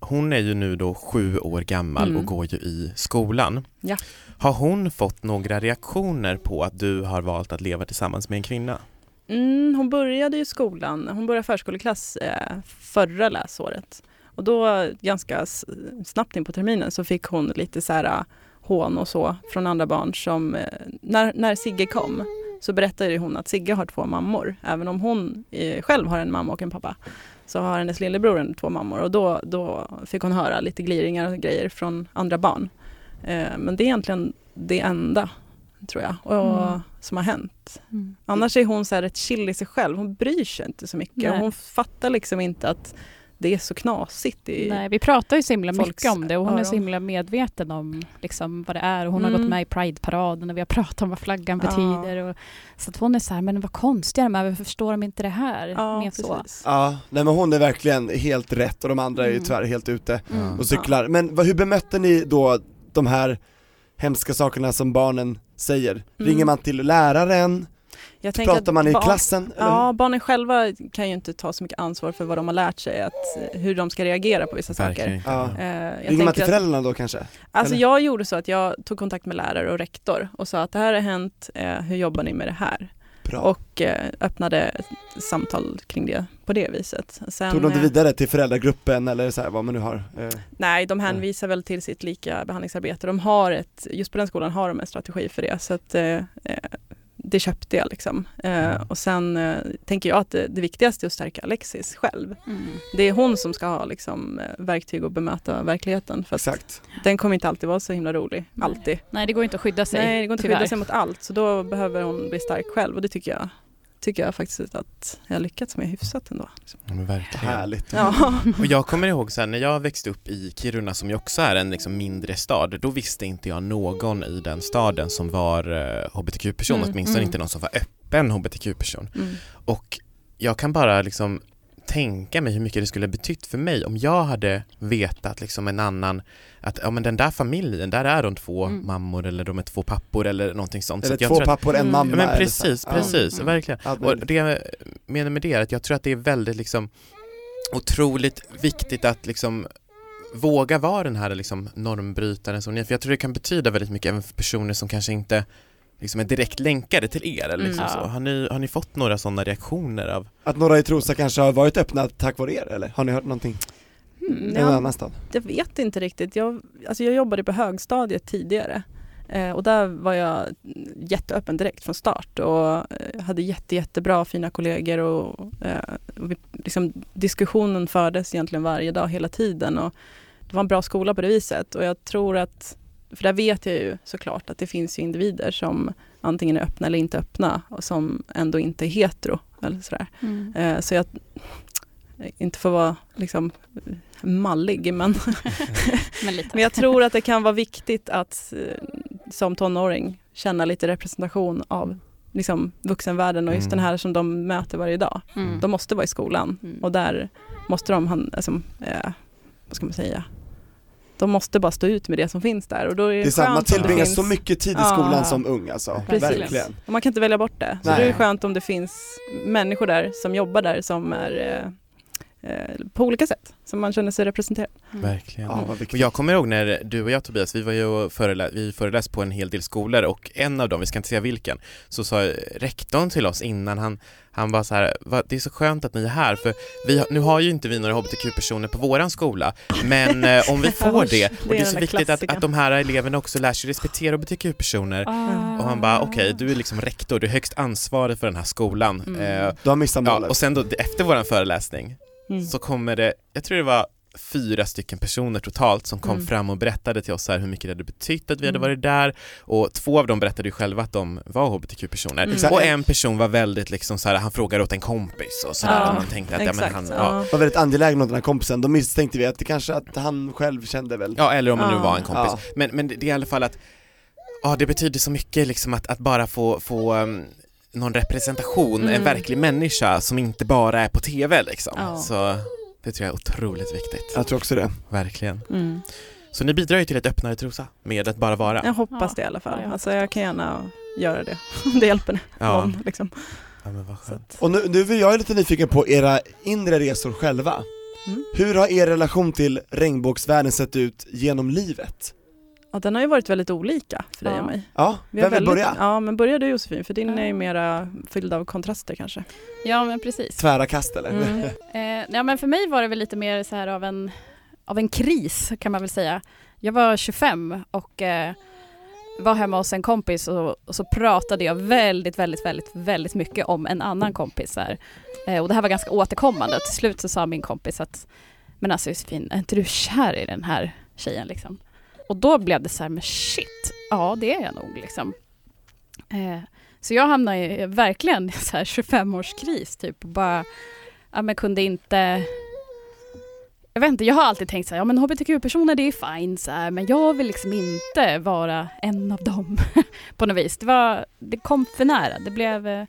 Speaker 7: hon är ju nu då sju år gammal och går ju i skolan.
Speaker 6: Ja.
Speaker 7: Har hon fått några reaktioner på att du har valt att leva tillsammans med en kvinna?
Speaker 6: Mm, hon började ju skolan, hon började förskoleklass eh, förra läsåret. Och då ganska s- snabbt in på terminen så fick hon lite så här eh, hån och så från andra barn som, eh, när, när Sigge kom så berättade ju hon att Sigge har två mammor. Även om hon eh, själv har en mamma och en pappa så har hennes lillebror en- två mammor och då, då fick hon höra lite gliringar och grejer från andra barn. Eh, men det är egentligen det enda, tror jag, och,
Speaker 5: Mm.
Speaker 6: som har hänt. Annars är hon så här rätt chill i sig själv. Hon bryr sig inte så mycket.
Speaker 5: Nej.
Speaker 6: Hon fattar liksom inte att det är så knasigt. I,
Speaker 5: Nej, vi pratar ju så himla
Speaker 6: Folks
Speaker 5: mycket om det och hon är så
Speaker 6: öron.
Speaker 5: himla medveten om liksom, vad det är och hon har
Speaker 6: Mm.
Speaker 5: gått med i Pride-paraden och vi har pratat om vad flaggan
Speaker 6: Ja.
Speaker 5: betyder. Och, så att hon är så här, men vad konstiga de är, varför förstår de inte det här?
Speaker 6: Ja,
Speaker 5: Mer så.
Speaker 6: precis.
Speaker 8: Ja, nej men hon är verkligen helt rätt och de andra är ju
Speaker 5: Mm.
Speaker 8: tyvärr helt ute
Speaker 7: Mm.
Speaker 8: och cyklar. Men vad, hur bemötte ni då de här hemska sakerna som barnen säger? Ringer man till läraren?
Speaker 6: Mm. Jag tänker
Speaker 8: Pratar
Speaker 6: att
Speaker 8: man i
Speaker 6: barn-
Speaker 8: klassen? Eller hur?
Speaker 6: Ja, barnen själva kan ju inte ta så mycket ansvar för vad de har lärt sig, att, eh, hur de ska reagera på vissa saker.
Speaker 7: Verkligen.
Speaker 8: Ja.
Speaker 6: Eh, jag
Speaker 8: Ringer man
Speaker 6: tänker
Speaker 8: till
Speaker 6: att-
Speaker 8: föräldrarna då kanske?
Speaker 6: Alltså
Speaker 8: Eller?
Speaker 6: jag gjorde så att jag tog kontakt med lärare och rektor och sa att det här har hänt, eh, hur jobbar ni med det här?
Speaker 8: Bra.
Speaker 6: Och eh, öppnade ett samtal kring det på det viset. Sen,
Speaker 8: Tog de det
Speaker 6: eh,
Speaker 8: vidare till föräldragruppen eller så här, vad man nu har? Eh,
Speaker 6: Nej, de hänvisar väl till sitt lika behandlingsarbete. De har ett, just på den skolan har de en strategi för det. Så att, eh, eh, det köpte jag liksom. Eh, och sen eh, tänker jag att det, det viktigaste är att stärka Alexis själv.
Speaker 5: Mm.
Speaker 6: Det är hon som ska ha liksom, eh, verktyg att bemöta verkligheten. För att
Speaker 8: Exakt.
Speaker 6: Den kommer inte alltid vara så himla rolig, alltid.
Speaker 5: Nej, det går inte att skydda sig.
Speaker 6: Nej, det går inte att
Speaker 5: tyvärr.
Speaker 6: skydda sig mot allt så då behöver hon bli stark själv och det tycker jag, tycker jag faktiskt att jag har lyckats med hyfsat ändå.
Speaker 7: Ja, men verkligen.
Speaker 8: Härligt.
Speaker 6: Ja.
Speaker 7: Och jag kommer ihåg så här, när jag växte upp i Kiruna som ju också är en liksom mindre stad, då visste inte jag någon i den staden som var eh, hbtq-person,
Speaker 5: Mm,
Speaker 7: åtminstone
Speaker 5: mm.
Speaker 7: inte någon som var öppen hbtq-person.
Speaker 6: <laughs> Mm.
Speaker 7: Och jag kan bara liksom tänka mig hur mycket det skulle ha betytt för mig om jag hade vetat liksom en annan, att ja men den där familjen, där är de två
Speaker 5: Mm.
Speaker 7: mammor eller de är två pappor eller någonting sånt.
Speaker 8: Eller
Speaker 7: att jag
Speaker 8: två
Speaker 7: tror att-
Speaker 8: pappor, en
Speaker 5: Mm.
Speaker 8: mamma.
Speaker 7: Ja men
Speaker 8: eller
Speaker 7: precis,
Speaker 8: så.
Speaker 7: precis,
Speaker 5: Mm.
Speaker 7: verkligen.
Speaker 8: Ja, allt
Speaker 7: Och
Speaker 8: möjligt.
Speaker 7: det jag menar med det är att jag tror att det är väldigt liksom otroligt viktigt att liksom våga vara den här liksom normbrytaren som ni är. För jag tror det kan betyda väldigt mycket även för personer som kanske inte liksom är direkt länkade till er. Eller liksom
Speaker 5: Mm.
Speaker 7: så.
Speaker 5: Ja.
Speaker 7: Har, ni, har ni fått några sådana reaktioner av
Speaker 8: Att några i Trosa kanske har varit öppna tack vare er eller? Har ni hört någonting?
Speaker 6: Mm,
Speaker 8: I någon
Speaker 6: ja,
Speaker 8: annan stad?
Speaker 6: jag vet inte riktigt. Jag, alltså jag jobbade på högstadiet tidigare eh, och där var jag jätteöppen direkt från start och eh, hade jätte, jättebra fina kollegor och, eh, och vi, liksom, diskussionen fördes egentligen varje dag hela tiden och det var en bra skola på det viset och jag tror att, för där vet jag ju såklart att det finns ju individer som antingen är öppna eller inte öppna och som ändå inte är hetero eller sådär.
Speaker 5: Mm.
Speaker 6: Eh, Så jag, inte för att vara liksom mallig, men,
Speaker 5: Men lite.
Speaker 6: men jag tror att det kan vara viktigt att eh, som tonåring känna lite representation av liksom, vuxenvärlden och just
Speaker 7: Mm.
Speaker 6: den här som de möter varje dag.
Speaker 5: Mm.
Speaker 6: De måste vara i skolan
Speaker 5: Mm.
Speaker 6: och där måste de, han- alltså, eh, vad ska man säga, de måste bara stå ut med det som finns där. Och då är det,
Speaker 8: Det är sant, man
Speaker 6: skönt om det
Speaker 8: tillbringar
Speaker 6: finns-
Speaker 8: så mycket tid i
Speaker 6: Ja.
Speaker 8: skolan som ung alltså.
Speaker 5: Precis.
Speaker 8: Verkligen.
Speaker 6: och man kan inte välja bort det. Så
Speaker 8: Nej.
Speaker 6: det är det skönt om det finns människor där som jobbar där som är eh, eh, på olika sätt, som man känner sig representerad.
Speaker 7: Verkligen.
Speaker 6: Mm.
Speaker 8: Ja, vad
Speaker 7: Och
Speaker 8: viktigt.
Speaker 7: jag kommer ihåg när du och jag Tobias, vi var ju och förelä- vi föreläste på en hel del skolor och en av dem, vi ska inte säga vilken, så sa rektorn till oss innan han, han var så här, "Va, det är så skönt att ni är här för vi, har- nu har ju inte vi några hbtq-personer på våran skola men eh, om vi <laughs> får det och det är
Speaker 6: den
Speaker 7: så
Speaker 6: där
Speaker 7: viktigt att,
Speaker 6: klassikern.
Speaker 7: att de här eleverna också lär sig respektera hbtq-personer
Speaker 5: Ah.
Speaker 7: och han bara okej, du är liksom rektor, du är högst ansvarig för den här skolan.
Speaker 5: Mm.
Speaker 7: Eh,
Speaker 8: Du har missat
Speaker 7: Ja,
Speaker 8: målet.
Speaker 7: och sen då efter våran föreläsning
Speaker 6: Mm.
Speaker 7: så kommer det, jag tror det var fyra stycken personer totalt som kom
Speaker 6: Mm.
Speaker 7: fram och berättade till oss här hur mycket det hade betytt att vi hade
Speaker 6: Mm.
Speaker 7: varit där och två av dem berättade ju själva att de var hbtq-personer
Speaker 5: Mm.
Speaker 7: och en person var väldigt liksom så här, han frågade åt en kompis och sådär
Speaker 6: Ja,
Speaker 7: och man tänkte att ja, men
Speaker 6: Exakt.
Speaker 7: han, ja.
Speaker 6: ja.
Speaker 8: var väldigt angelägen om den här kompisen, då misstänkte vi att det kanske att han själv kände väl
Speaker 7: ja eller om man nu
Speaker 6: Ja.
Speaker 7: var en kompis.
Speaker 8: Ja.
Speaker 7: Men, men det det är i alla fall att, ja det betyder så mycket liksom att, att bara få, få um, någon representation, en
Speaker 6: Mm.
Speaker 7: verklig människa som inte bara är på TV liksom.
Speaker 5: Ja.
Speaker 7: Så det tror jag är otroligt viktigt.
Speaker 8: Jag tror också det.
Speaker 7: Verkligen.
Speaker 6: Mm.
Speaker 7: Så ni bidrar ju till ett öppnare Trosa med att bara vara.
Speaker 6: Jag hoppas
Speaker 5: Ja,
Speaker 6: det i alla fall.
Speaker 5: ja, jag
Speaker 6: alltså, jag kan gärna göra det, <laughs> om det hjälper
Speaker 7: Ja.
Speaker 6: någon. Liksom.
Speaker 7: Ja, men vad
Speaker 6: Så
Speaker 7: skönt.
Speaker 6: att,
Speaker 8: Och nu, nu är jag lite nyfiken på era inre resor själva.
Speaker 6: Mm.
Speaker 8: Hur har er relation till regnbågsvärlden sett ut genom livet?
Speaker 6: ja, den har ju varit väldigt olika för dig
Speaker 5: Ja.
Speaker 6: och mig.
Speaker 8: Ja,
Speaker 6: Vi har
Speaker 8: vem vill
Speaker 6: väldigt,
Speaker 8: börja?
Speaker 6: Ja, men börja du Josefin, för din
Speaker 5: Ja.
Speaker 6: är ju mera fylld av kontraster kanske.
Speaker 5: Ja, men precis.
Speaker 8: Tvära kast eller?
Speaker 6: Mm.
Speaker 5: Eh, ja, men för mig var det väl lite mer så här av en, av en kris kan man väl säga. Jag var 25 och eh, var hemma hos en kompis och, och så pratade jag väldigt, väldigt, väldigt, väldigt mycket om en annan kompis. Så här. Eh, och det här var ganska återkommande. Till slut så sa min kompis att men alltså Josefin, är inte du kär i den här tjejen liksom? Och då blev det så här, men shit, ja det är jag nog liksom. Eh, så jag hamnade i verkligen i så här 25-årskris typ och bara, ja men kunde inte jag vet inte, jag har alltid tänkt så här, ja men hbtq-personer det är fine så här, men jag vill liksom inte vara en av dem <laughs> på något vis. Det, var, det kom för nära, det blev, eh,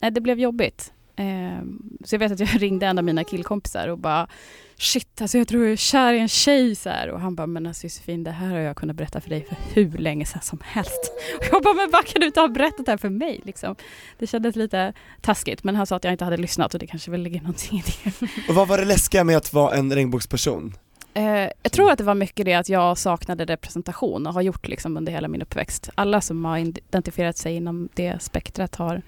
Speaker 5: nej, det blev jobbigt. Eh, så jag vet att jag <laughs> ringde en av mina killkompisar och bara shit alltså jag tror jag är kär i en tjej så här. och han bara men alltså Josefin det här har jag kunnat berätta för dig för hur länge sedan som helst. <laughs> Och jag bara men vad kan du inte ha berättat det här för mig liksom. Det kändes lite taskigt men han sa att jag inte hade lyssnat och det kanske väl ligger någonting i det.
Speaker 8: Och vad var det läskiga med att vara en regnbågsperson?
Speaker 5: Eh, jag tror att det var mycket det att jag saknade representation och har gjort liksom under hela min uppväxt. Alla som har identifierat sig inom det spektrat har,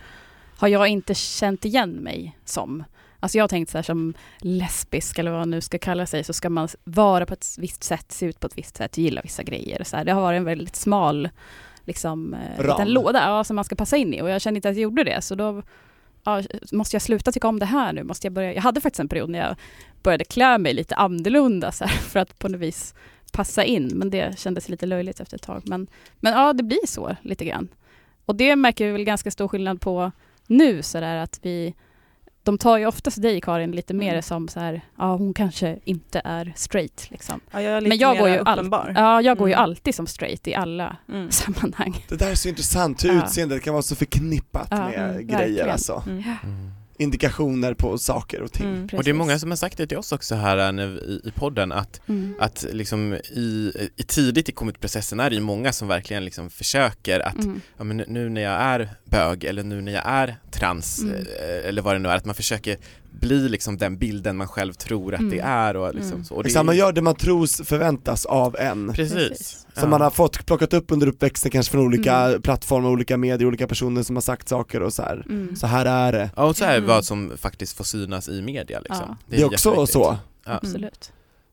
Speaker 5: har jag inte känt igen mig som. Alltså jag har tänkt så här som lesbisk eller vad man nu ska kalla sig så ska man vara på ett visst sätt, se ut på ett visst sätt, gilla vissa grejer. och Så här. Det har varit en väldigt smal liksom, eh,
Speaker 8: Ram.
Speaker 5: liten låda ja, som man ska passa in i och jag kände inte att jag gjorde det så då ja, måste jag sluta tycka om det här nu? Måste jag, börja? jag hade faktiskt en period när jag började klä mig lite annorlunda så här, <laughs> för att på något vis passa in men det kändes lite löjligt efter ett tag. Men, men ja, det blir så lite grann. Och det märker vi väl ganska stor skillnad på nu så där att vi de tar ju oftast dig Karin lite mer som så här, ja hon kanske inte är straight liksom.
Speaker 6: Ja, jag är lite
Speaker 5: Men jag
Speaker 6: mera
Speaker 5: går ju all-
Speaker 6: uppenbar.
Speaker 5: Ja, jag går ju
Speaker 6: Mm.
Speaker 5: alltid som straight i alla
Speaker 6: Mm.
Speaker 5: sammanhang.
Speaker 8: Det där är så intressant hur
Speaker 5: Ja.
Speaker 8: utseendet kan vara så förknippat
Speaker 5: Ja,
Speaker 8: med
Speaker 5: mm,
Speaker 8: grejer
Speaker 5: verkligen.
Speaker 8: alltså.
Speaker 6: Mm.
Speaker 7: Mm.
Speaker 8: Indikationer på saker och ting.
Speaker 6: Mm.
Speaker 7: Och det är många som har sagt det till oss också här eh, när vi- i, i podden att,
Speaker 5: Mm.
Speaker 7: att liksom i, i tidigt i commitprocessen är det ju många som verkligen liksom försöker att
Speaker 5: Mm.
Speaker 7: ja, men nu när jag är bög eller nu när jag är trans
Speaker 5: Mm.
Speaker 7: eh, eller vad det nu är, att man försöker bli liksom den bilden man själv tror att
Speaker 5: Mm.
Speaker 7: det är och liksom
Speaker 5: Mm.
Speaker 7: så. Och det
Speaker 8: Exakt, man
Speaker 7: är-
Speaker 8: gör det man tros förväntas av en.
Speaker 7: Precis.
Speaker 5: Precis.
Speaker 8: Som man har fått, plockat upp under uppväxten kanske från olika
Speaker 5: Mm.
Speaker 8: plattformar, olika medier, olika personer som har sagt saker och så här.
Speaker 5: Mm.
Speaker 8: så här är det.
Speaker 7: Ja, och så är
Speaker 5: Mm.
Speaker 7: vad som faktiskt får synas i media liksom.
Speaker 5: Ja. Mm.
Speaker 8: Det är också
Speaker 7: jätteviktigt.
Speaker 8: så.
Speaker 7: Ja.
Speaker 5: Absolut. Så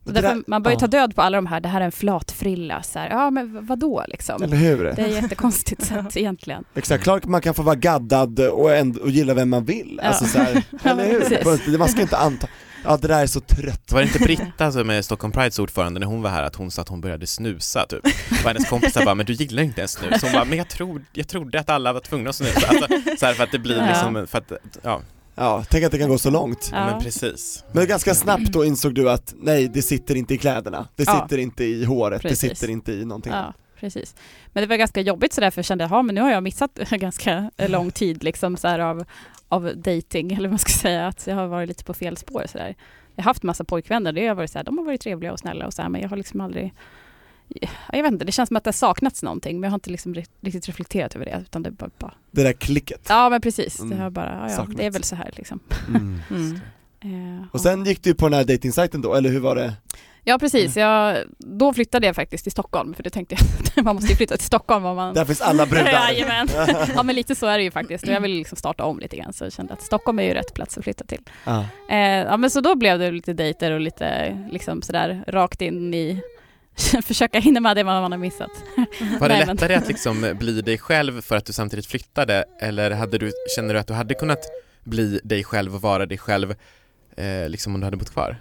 Speaker 8: Men mm. det
Speaker 5: därför,
Speaker 8: där-
Speaker 5: man bör ju ta
Speaker 8: ja.
Speaker 5: död på alla de här, det här är en flat frilla, så här, ja men v- vadå liksom?
Speaker 8: Eller hur?
Speaker 5: Det är jättekonstigt
Speaker 8: <laughs>
Speaker 5: sätt egentligen.
Speaker 8: Exakt, klart man kan få vara gaddad och, änd- och gilla vem man vill.
Speaker 5: <laughs> Ja.
Speaker 8: Alltså så här, eller hur?
Speaker 5: precis.
Speaker 8: På ett- Man ska inte anta, ja det där är så trött.
Speaker 7: Var det
Speaker 5: <laughs>
Speaker 7: inte Britta som är Stockholm Prides ordförande när hon var här att hon sa att hon började snusa typ? Och hennes kompisar bara, men du gillar inte ens snus. Hon bara, men jag, trodde jag trodde att alla var tvungna att snusa. Alltså, så här för att det blir
Speaker 5: Ja.
Speaker 7: liksom, för att, ja,
Speaker 8: Ja, tänk att det kan gå så långt.
Speaker 7: ja. men
Speaker 5: Ja. <laughs>
Speaker 7: precis.
Speaker 8: Men ganska snabbt då insåg du att nej, det sitter inte i kläderna, det
Speaker 5: Ja.
Speaker 8: sitter inte i håret,
Speaker 5: Precis.
Speaker 8: det sitter inte i någonting.
Speaker 5: Ja, precis. Men det var ganska jobbigt sådär för jag kände, ja men nu har jag missat <laughs> ganska lång tid liksom så här av, av dating eller vad man ska säga, att jag har varit lite på fel spår sådär. Jag har haft massa pojkvänner, det har varit såhär, de har varit trevliga och snälla och så här, men jag har liksom aldrig ja, jag vet inte, det känns som att det har saknats någonting men jag har inte liksom ri- riktigt reflekterat över det utan det är bara, bara
Speaker 8: Det där klicket.
Speaker 5: ja men precis, det
Speaker 8: Mm.
Speaker 5: har bara, ja, ja
Speaker 8: Saknats.
Speaker 5: det är väl så här liksom.
Speaker 6: Mm.
Speaker 5: Eh,
Speaker 8: Och sen gick du på den här dejtingsajten då, eller hur var det?
Speaker 5: Ja precis, jag, då flyttade jag faktiskt till Stockholm för det tänkte jag <laughs> att man måste ju flytta till Stockholm om man...
Speaker 8: Där finns alla
Speaker 5: <laughs>
Speaker 8: brudar.
Speaker 5: Jajamän. Ja men lite så är det ju faktiskt och jag ville liksom starta om lite grann så jag kände att Stockholm är ju rätt plats att flytta till.
Speaker 8: Ja.
Speaker 5: Eh, ja men så då blev det lite dejter och lite liksom sådär rakt in i <laughs> försöka hinna med det man har missat.
Speaker 7: Var det
Speaker 5: Nej, men-
Speaker 7: lättare att liksom bli dig själv för att du samtidigt flyttade eller hade du, känner du att du hade kunnat bli dig själv och vara dig själv eh, liksom om du hade bott kvar?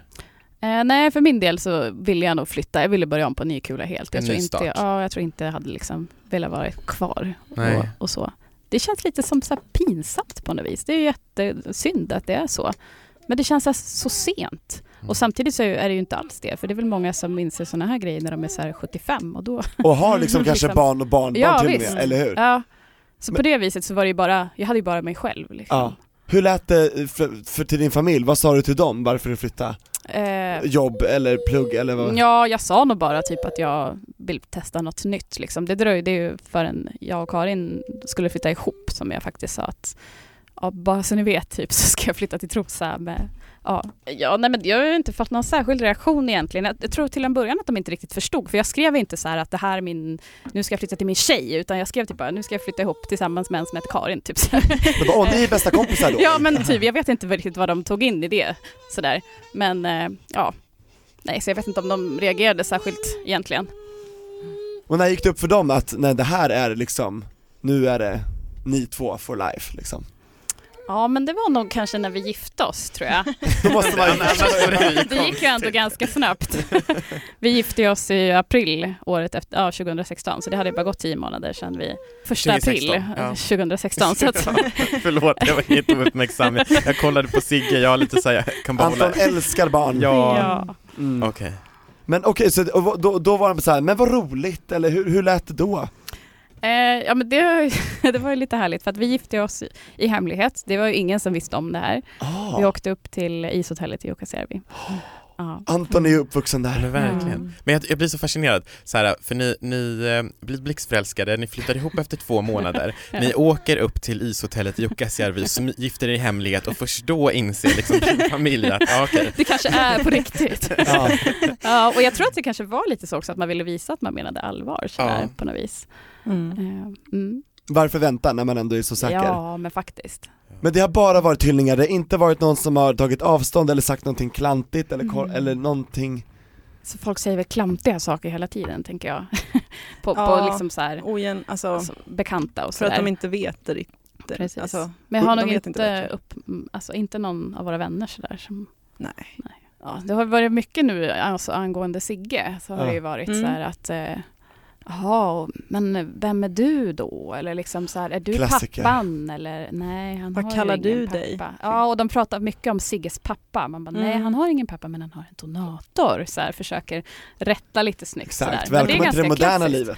Speaker 5: Eh, nej för min del så ville jag nog flytta, jag ville börja om på ny kula helt. Jag
Speaker 7: En
Speaker 5: tror,
Speaker 7: ny
Speaker 5: inte,
Speaker 7: start.
Speaker 5: ja, jag tror inte jag hade liksom velat vara kvar
Speaker 7: Nej.
Speaker 5: och, och så. Det känns lite som så här pinsamt på något vis. Det är ju jättesynd att det är så. Men det känns så, här så sent.
Speaker 7: Mm.
Speaker 5: Och samtidigt så är ju- är det ju inte alls det. För det är väl många som inser sådana här grejer när de är så här 75 och då...
Speaker 8: Och har
Speaker 5: <laughs>
Speaker 8: liksom
Speaker 5: Mm,
Speaker 8: kanske
Speaker 5: liksom.
Speaker 8: barn och barnbarn
Speaker 5: Ja,
Speaker 8: till och
Speaker 5: visst.
Speaker 8: med, eller hur?
Speaker 5: Ja. Så
Speaker 8: Men-
Speaker 5: på det viset så var det ju bara, jag hade ju bara mig själv. Liksom.
Speaker 8: Ja. Hur lät det för, för, till din familj? Vad sa du till dem? Varför du flyttade?
Speaker 5: Eh,
Speaker 8: Jobb eller plugg eller vad?
Speaker 5: Ja, jag sa nog bara typ att jag vill testa något nytt. Liksom. Det dröjde ju förrän jag och Karin skulle flytta ihop som jag faktiskt sa att ja, bara så ni vet typ <laughs> så ska jag flytta till Trosa med Ja, ja nej, men jag har ju inte fått någon särskild reaktion egentligen. Jag, jag tror till en början att de inte riktigt förstod för jag skrev inte så här att det här är min, nu ska jag flytta till min tjej utan jag skrev typ bara nu ska jag flytta ihop tillsammans med en som heter Karin typ så här.
Speaker 8: De bara, åh ni är bästa kompisar då?
Speaker 5: <laughs> Ja men typ, jag vet inte riktigt vad de tog in i det sådär. Men eh, ja, nej så jag vet inte om de reagerade särskilt egentligen.
Speaker 8: Och när gick det upp för dem att, nej det här är liksom, nu är det ni två for life liksom?
Speaker 5: Ja men det var nog kanske när vi gifte oss tror jag.
Speaker 8: Då
Speaker 5: <laughs>
Speaker 8: måste man ju
Speaker 5: Det gick ju ändå ganska snabbt. Vi gifte oss i april året efter, ja, 2016 så det hade bara gått tio månader sedan vi, första
Speaker 7: 2016,
Speaker 5: april
Speaker 7: ja.
Speaker 5: 2016. Så att,
Speaker 7: <laughs> Förlåt, jag var helt ouppmärksam. Jag kollade på Sigge, jag har lite såhär, jag kan bara
Speaker 8: Anton
Speaker 7: hålla...
Speaker 8: älskar barn.
Speaker 5: ja.
Speaker 8: Mm.
Speaker 7: Okej.
Speaker 8: Men okej, så och då, då var de så här, men vad roligt, eller hur, hur lät det då?
Speaker 5: Eh, ja men det, det var ju <laughs> lite härligt för att vi gifte oss i, i hemlighet. Det var ju ingen som visste om det här. Vi åkte upp till ishotellet i Jukkasjärvi. <gasps> Ja.
Speaker 8: Anton är ju uppvuxen där.
Speaker 7: Men verkligen.
Speaker 5: Mm.
Speaker 7: Men jag, jag blir så fascinerad, så här, för ni, ni eh, blir blixtförälskade, ni flyttar ihop efter två månader, ni åker upp till ishotellet i Jukkasjärvi, sm- gifter er i hemlighet och först då inser liksom
Speaker 5: <laughs>
Speaker 7: din familj att, ja, okej.
Speaker 5: Det kanske är på
Speaker 7: <laughs>
Speaker 5: riktigt.
Speaker 8: Ja.
Speaker 5: ja, och jag tror att det kanske var lite så också att man ville visa att man menade allvar sådär,
Speaker 7: Ja.
Speaker 5: på något vis.
Speaker 6: Mm.
Speaker 5: Eh, Mm.
Speaker 8: Varför vänta när man ändå är så säker?
Speaker 5: Ja, men faktiskt.
Speaker 8: Men det har bara varit
Speaker 5: Mm.
Speaker 8: hyllningar, det har inte varit någon som har tagit avstånd eller sagt någonting klantigt eller, kor- eller någonting
Speaker 5: Så folk säger väl klantiga saker hela tiden, tänker jag. <laughs> på, på
Speaker 6: Ja.
Speaker 5: liksom så här,
Speaker 6: Ogen, alltså,
Speaker 5: alltså, bekanta och
Speaker 6: för att
Speaker 5: sådär.
Speaker 6: de inte vet det riktigt.
Speaker 5: Precis.
Speaker 6: Alltså,
Speaker 5: Men jag har
Speaker 6: de
Speaker 5: nog
Speaker 6: vet
Speaker 5: inte,
Speaker 6: inte det, tror
Speaker 5: upp, mm, alltså inte någon av våra vänner sådär som...
Speaker 6: Nej.
Speaker 5: Ja, det har varit mycket nu alltså, angående Sigge. Så har
Speaker 8: Ja.
Speaker 5: det ju varit
Speaker 6: Mm.
Speaker 5: så här att... eh, Jaha, men vem är du då? Eller liksom så här, är du
Speaker 8: Klassiker.
Speaker 5: pappan? Eller nej, han
Speaker 6: Vad
Speaker 5: har
Speaker 6: kallar
Speaker 5: ju ingen
Speaker 6: du dig?
Speaker 5: pappa. Ja, och de pratar mycket om Sigges pappa. Man bara, nej
Speaker 6: Mm.
Speaker 5: han har ingen pappa men han har en donator. Så här, försöker rätta lite snyggt. så där.
Speaker 8: Exakt,
Speaker 5: Men är
Speaker 8: välkommen till det
Speaker 5: ganska
Speaker 8: moderna
Speaker 5: klassiskt.
Speaker 8: livet.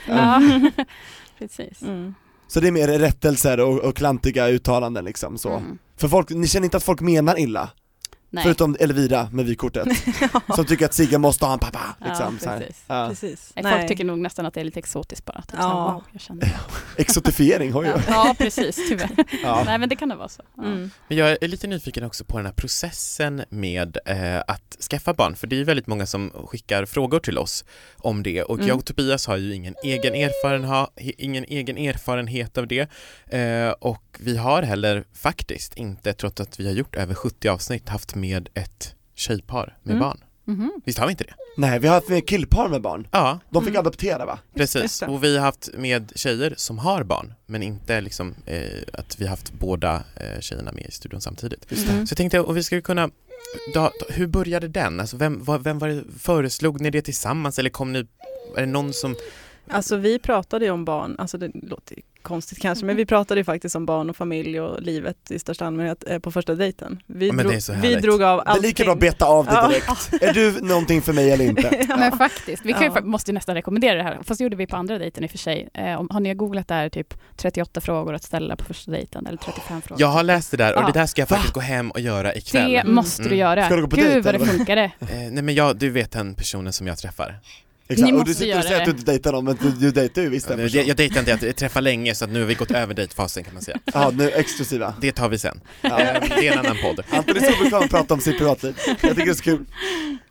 Speaker 8: Mm.
Speaker 5: Ja, <laughs> precis.
Speaker 6: Mm.
Speaker 8: Så det är mer rättelser och, och klantiga uttalanden liksom så.
Speaker 5: Mm.
Speaker 8: För folk, ni känner inte att folk menar illa?
Speaker 5: Nej.
Speaker 8: Förutom Elvira
Speaker 5: <laughs>
Speaker 8: med vykortet, <laughs> som tycker att Sigge måste ha en pappa liksom, så
Speaker 5: ja,
Speaker 8: här.
Speaker 5: precis.
Speaker 8: Ja.
Speaker 6: Precis.
Speaker 5: Nej,
Speaker 6: Nej.
Speaker 5: Folk tycker nog nästan att det är lite exotiskt bara. Typ
Speaker 6: Ja.
Speaker 5: ja. wow, jag känner det.
Speaker 8: Exotifiering, <laughs> oj
Speaker 5: Ja,
Speaker 8: oj.
Speaker 5: ja, precis. Tyvärr.
Speaker 8: <laughs> Ja.
Speaker 5: Nej, men det kan det vara så. Ja.
Speaker 6: Mm.
Speaker 7: Men jag är lite nyfiken också på den här processen med eh, att skaffa barn, för det är ju väldigt många som skickar frågor till oss om det och
Speaker 5: Mm.
Speaker 7: jag och Tobias har ju ingen egen, erfaren, ingen egen erfarenhet av det eh, och vi har heller faktiskt inte, trots att vi har gjort över 70 avsnitt, haft med ett tjejpar med
Speaker 5: Mm.
Speaker 7: barn.
Speaker 5: Mhm.
Speaker 7: Visst har vi inte det?
Speaker 8: Nej, vi har haft med killpar med barn.
Speaker 7: Ja,
Speaker 8: De
Speaker 5: Mm.
Speaker 8: fick adoptera va?
Speaker 7: precis.
Speaker 6: Just det.
Speaker 7: Och vi har haft med tjejer som har barn, men inte liksom eh, att vi har haft båda eh, tjejerna med i studion samtidigt.
Speaker 5: Mm.
Speaker 7: Så jag tänkte, och vi skulle kunna da, da, hur började den? Alltså vem, var, vem var det, föreslog ni det tillsammans eller kom ni, är det någon som,
Speaker 6: Alltså vi pratade ju om barn, alltså det låter ju konstigt kanske,
Speaker 5: Mm.
Speaker 6: men vi pratade ju faktiskt om barn och familj och livet i största allmänhet eh, på första dejten. Vi,
Speaker 7: Ja, men det är
Speaker 6: drog,
Speaker 7: så
Speaker 6: vi
Speaker 7: härligt.
Speaker 6: drog av
Speaker 8: Det är
Speaker 6: allting.
Speaker 8: lika bra att beta av det
Speaker 6: Ja.
Speaker 8: direkt. Är du någonting för mig
Speaker 5: <laughs>
Speaker 8: eller inte?
Speaker 5: Ja, men faktiskt. Vi kan ju,
Speaker 6: Ja.
Speaker 5: fa- måste ju nästan rekommendera det här. Fast det gjorde vi på andra dejten i och för sig. Eh, om, har ni googlat där typ 38 frågor att ställa på första dejten eller 35 frågor?
Speaker 7: jag har läst det där och
Speaker 5: Ja.
Speaker 7: det där ska jag faktiskt gå hem och göra ikväll.
Speaker 5: Det måste du
Speaker 7: Mm.
Speaker 5: göra.
Speaker 8: Ska du gå på dejt,
Speaker 5: Gud vad det
Speaker 8: eller vad?
Speaker 5: funkade.
Speaker 7: Eh, nej men jag, du vet den personen som jag träffar.
Speaker 5: Ni
Speaker 8: Och du
Speaker 5: måste
Speaker 8: sitter
Speaker 5: göra
Speaker 8: och säger att du
Speaker 5: det.
Speaker 8: inte dejtar någon, men du, du dejtar ju visst en
Speaker 7: Eh, Jag,
Speaker 8: person.
Speaker 7: jag dejtar inte, jag träffar länge så att nu har vi gått över dejtfasen kan man säga.
Speaker 8: Ja, nu exklusiva.
Speaker 7: Det tar vi sen.
Speaker 8: Ja.
Speaker 7: Eh, Det är en annan podd.
Speaker 8: Anton är så obekväm att prata om sitt privatliv. Jag tycker det är så kul.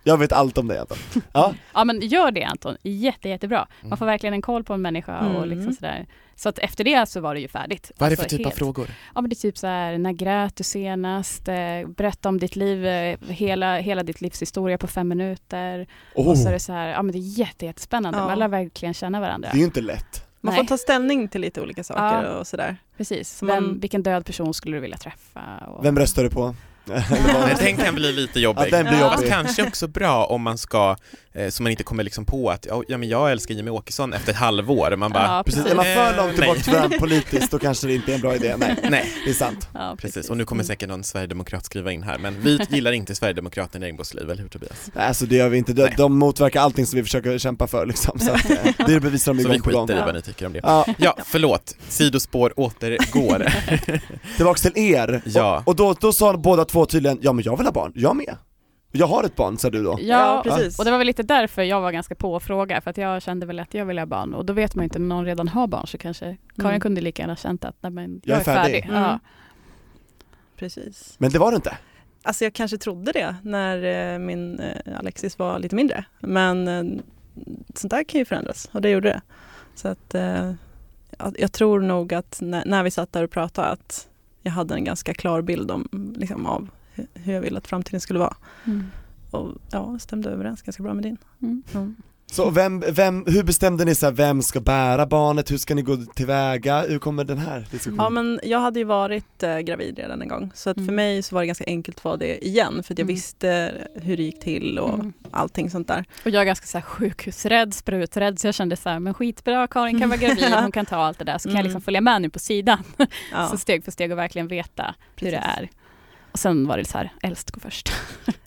Speaker 8: Jag vet allt om dig Anton. Ja,
Speaker 5: Ja men gör det Anton, Jätte, jättebra. Man får verkligen en koll på en människa och liksom sådär. Så att efter det så var det ju färdigt.
Speaker 7: Vad är det för
Speaker 5: Alltså,
Speaker 7: typ av
Speaker 5: helt.
Speaker 7: frågor?
Speaker 5: Ja men det är typ så här, när grät du senast? Eh, berätta om ditt liv, eh, hela, hela ditt livs historia på fem minuter. Och
Speaker 8: Oh,
Speaker 5: så är det så här, ja men det är jätte, jättespännande.
Speaker 6: Ja.
Speaker 5: Man lär verkligen känna varandra.
Speaker 8: det är ju inte lätt.
Speaker 6: Man
Speaker 5: Nej.
Speaker 6: får ta ställning till lite olika saker
Speaker 5: Ja.
Speaker 6: och sådär.
Speaker 5: Precis.
Speaker 6: Så
Speaker 5: Vem,
Speaker 6: man-
Speaker 5: Vilken död person skulle du vilja träffa? Och...
Speaker 8: Vem röstar du på? <laughs> Eller vad?
Speaker 7: Nej, den kan bli lite jobbig.
Speaker 8: Ja, den blir
Speaker 7: Fast
Speaker 8: jobbig.
Speaker 7: kanske också bra om man ska, eh, så man inte kommer liksom på att ja, ja, men jag älskar Jimmy Åkesson efter ett halvår. Man bara,
Speaker 5: Ja,
Speaker 8: Precis, är man för långt
Speaker 7: Eh,
Speaker 8: bort
Speaker 7: nej.
Speaker 8: från varandra politiskt då kanske det inte är en bra idé. Nej,
Speaker 7: Nej,
Speaker 8: det är sant.
Speaker 5: Ja,
Speaker 7: precis. Och nu
Speaker 5: Mm.
Speaker 7: kommer säkert någon sverigedemokrat skriva in här, men vi gillar inte Sverigedemokraterna i Regnbågsliv, eller hur Tobias?
Speaker 8: Nej, Alltså det gör vi inte. De,
Speaker 7: Nej.
Speaker 8: de motverkar allting som vi försöker kämpa för liksom. Så att, eh, det bevisar de
Speaker 7: Så
Speaker 8: gång
Speaker 7: vi
Speaker 8: på gång.
Speaker 7: skiter i vad ni tycker om det.
Speaker 8: Ja,
Speaker 7: Ja, förlåt. Sidospår återgår. <laughs>
Speaker 8: tillbaks till er.
Speaker 7: Ja.
Speaker 8: Och, och då, då sa båda två tydligen, ja men jag vill ha barn, jag med. Jag har ett barn sa du då.
Speaker 5: Ja,
Speaker 6: precis.
Speaker 5: Och det var väl lite därför jag var ganska på att fråga, för att jag kände väl att jag ville ha barn och då vet man ju inte, när någon redan har barn så kanske Karin
Speaker 6: Mm.
Speaker 5: kunde lika gärna känt att nej, men
Speaker 8: Jag är färdig.
Speaker 6: Mm.
Speaker 5: Ja.
Speaker 6: Precis.
Speaker 8: Men det var det inte.
Speaker 6: Alltså jag kanske trodde det när eh, min eh, Alexis var lite mindre, men eh, sånt där kan ju förändras och det gjorde det. Så att eh, jag- jag tror nog att när, när vi satt där och pratade att jag hade en ganska klar bild om, liksom, av hu- hur jag ville att framtiden skulle vara.
Speaker 5: Mm.
Speaker 6: Och ja, stämde överens ganska bra med din.
Speaker 5: Mm.
Speaker 8: Så vem, vem, hur bestämde ni så här, vem ska bära barnet, hur ska ni gå tillväga, hur kommer den här diskussionen?
Speaker 6: Ja men jag hade ju varit eh, gravid redan en gång så att för
Speaker 5: Mm.
Speaker 6: mig så var det ganska enkelt att vara det igen för att jag
Speaker 5: Mm.
Speaker 6: visste hur det gick till och
Speaker 5: Mm.
Speaker 6: allting sånt där.
Speaker 5: Och jag är ganska så här sjukhusrädd, spruträdd, så jag kände så här, men skitbra, Karin kan vara gravid, hon kan ta allt det där, så kan jag
Speaker 6: Mm.
Speaker 5: liksom följa med nu på sidan,
Speaker 6: Ja.
Speaker 5: så steg för steg och verkligen veta hur det
Speaker 6: Precis.
Speaker 5: är. Och sen var det så här, äldst går först.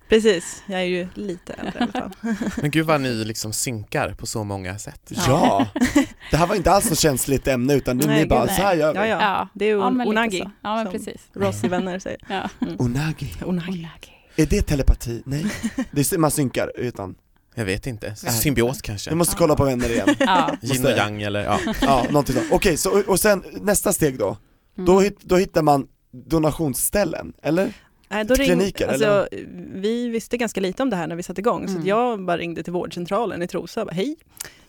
Speaker 6: Precis, jag är ju lite äldre i alla fall.
Speaker 7: Men gud vad ni liksom synkar på så många sätt.
Speaker 8: Ja, det här var inte alls något känsligt ämne utan
Speaker 6: Nej,
Speaker 8: ni bara,
Speaker 6: gud, nej.
Speaker 8: så här gör vi.
Speaker 6: Ja, ja. det är ju
Speaker 5: men lite
Speaker 6: onagi
Speaker 5: så. Ja, men
Speaker 6: som-
Speaker 5: precis.
Speaker 6: Rossi vänner säger.
Speaker 5: Ja.
Speaker 8: Onagi,
Speaker 6: Onagi.
Speaker 8: är det telepati? Nej, det är, man synkar utan,
Speaker 7: Jag vet inte. Symbios
Speaker 8: vi
Speaker 7: kanske?
Speaker 8: måste kolla på vänner igen.
Speaker 5: Ja.
Speaker 7: Yin och yang eller ja.
Speaker 8: Ja, någonting sånt. Okej, så, och sen nästa steg då,
Speaker 6: Mm.
Speaker 8: då, hit, då hittar man donationsställen, eller?
Speaker 6: Nej, då ring,
Speaker 8: Kliniker,
Speaker 6: alltså, vi visste ganska lite om det här när vi satte igång så att
Speaker 5: Mm.
Speaker 6: jag bara ringde till vårdcentralen i Trosa och bara, hej,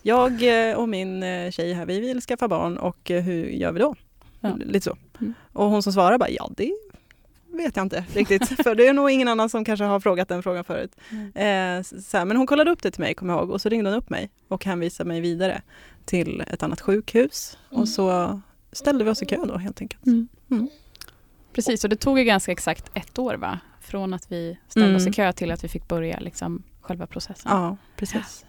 Speaker 6: jag eh, och min eh, tjej här, vi vill skaffa barn och eh, hur gör vi då?
Speaker 5: Ja.
Speaker 6: Lite så.
Speaker 5: Mm.
Speaker 6: Och hon som svarar bara, ja det vet jag inte riktigt, <laughs> för det är nog ingen annan som kanske har frågat den frågan förut.
Speaker 5: Mm.
Speaker 6: Eh, så här, men hon kollade upp det till mig, kommer jag ihåg, och så ringde hon upp mig och hänvisade mig vidare till ett annat sjukhus.
Speaker 5: Mm.
Speaker 6: Och så ställde vi oss i kö då helt enkelt.
Speaker 5: Precis, och det tog ju ganska exakt ett år va? Från att vi ställde oss i
Speaker 6: Mm.
Speaker 5: kö till att vi fick börja liksom, själva processen.
Speaker 6: Ja, precis.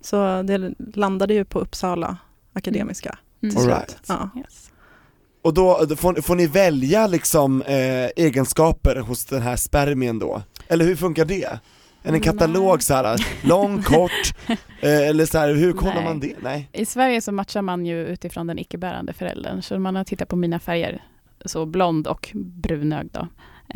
Speaker 6: Så det landade ju på Uppsala Akademiska.
Speaker 5: Mm.
Speaker 8: All right.
Speaker 6: Ja.
Speaker 5: Yes.
Speaker 8: Och då, då får, får ni välja liksom eh, egenskaper hos den här spermien då? Eller hur funkar det? Är det en katalog så här
Speaker 5: <laughs>
Speaker 8: lång, kort, eh, eller så här, hur kollar
Speaker 5: Nej.
Speaker 8: man det? Nej.
Speaker 5: I Sverige så matchar man ju utifrån den icke-bärande föräldern. Så man har tittat på mina färger, så blond och brunögd då.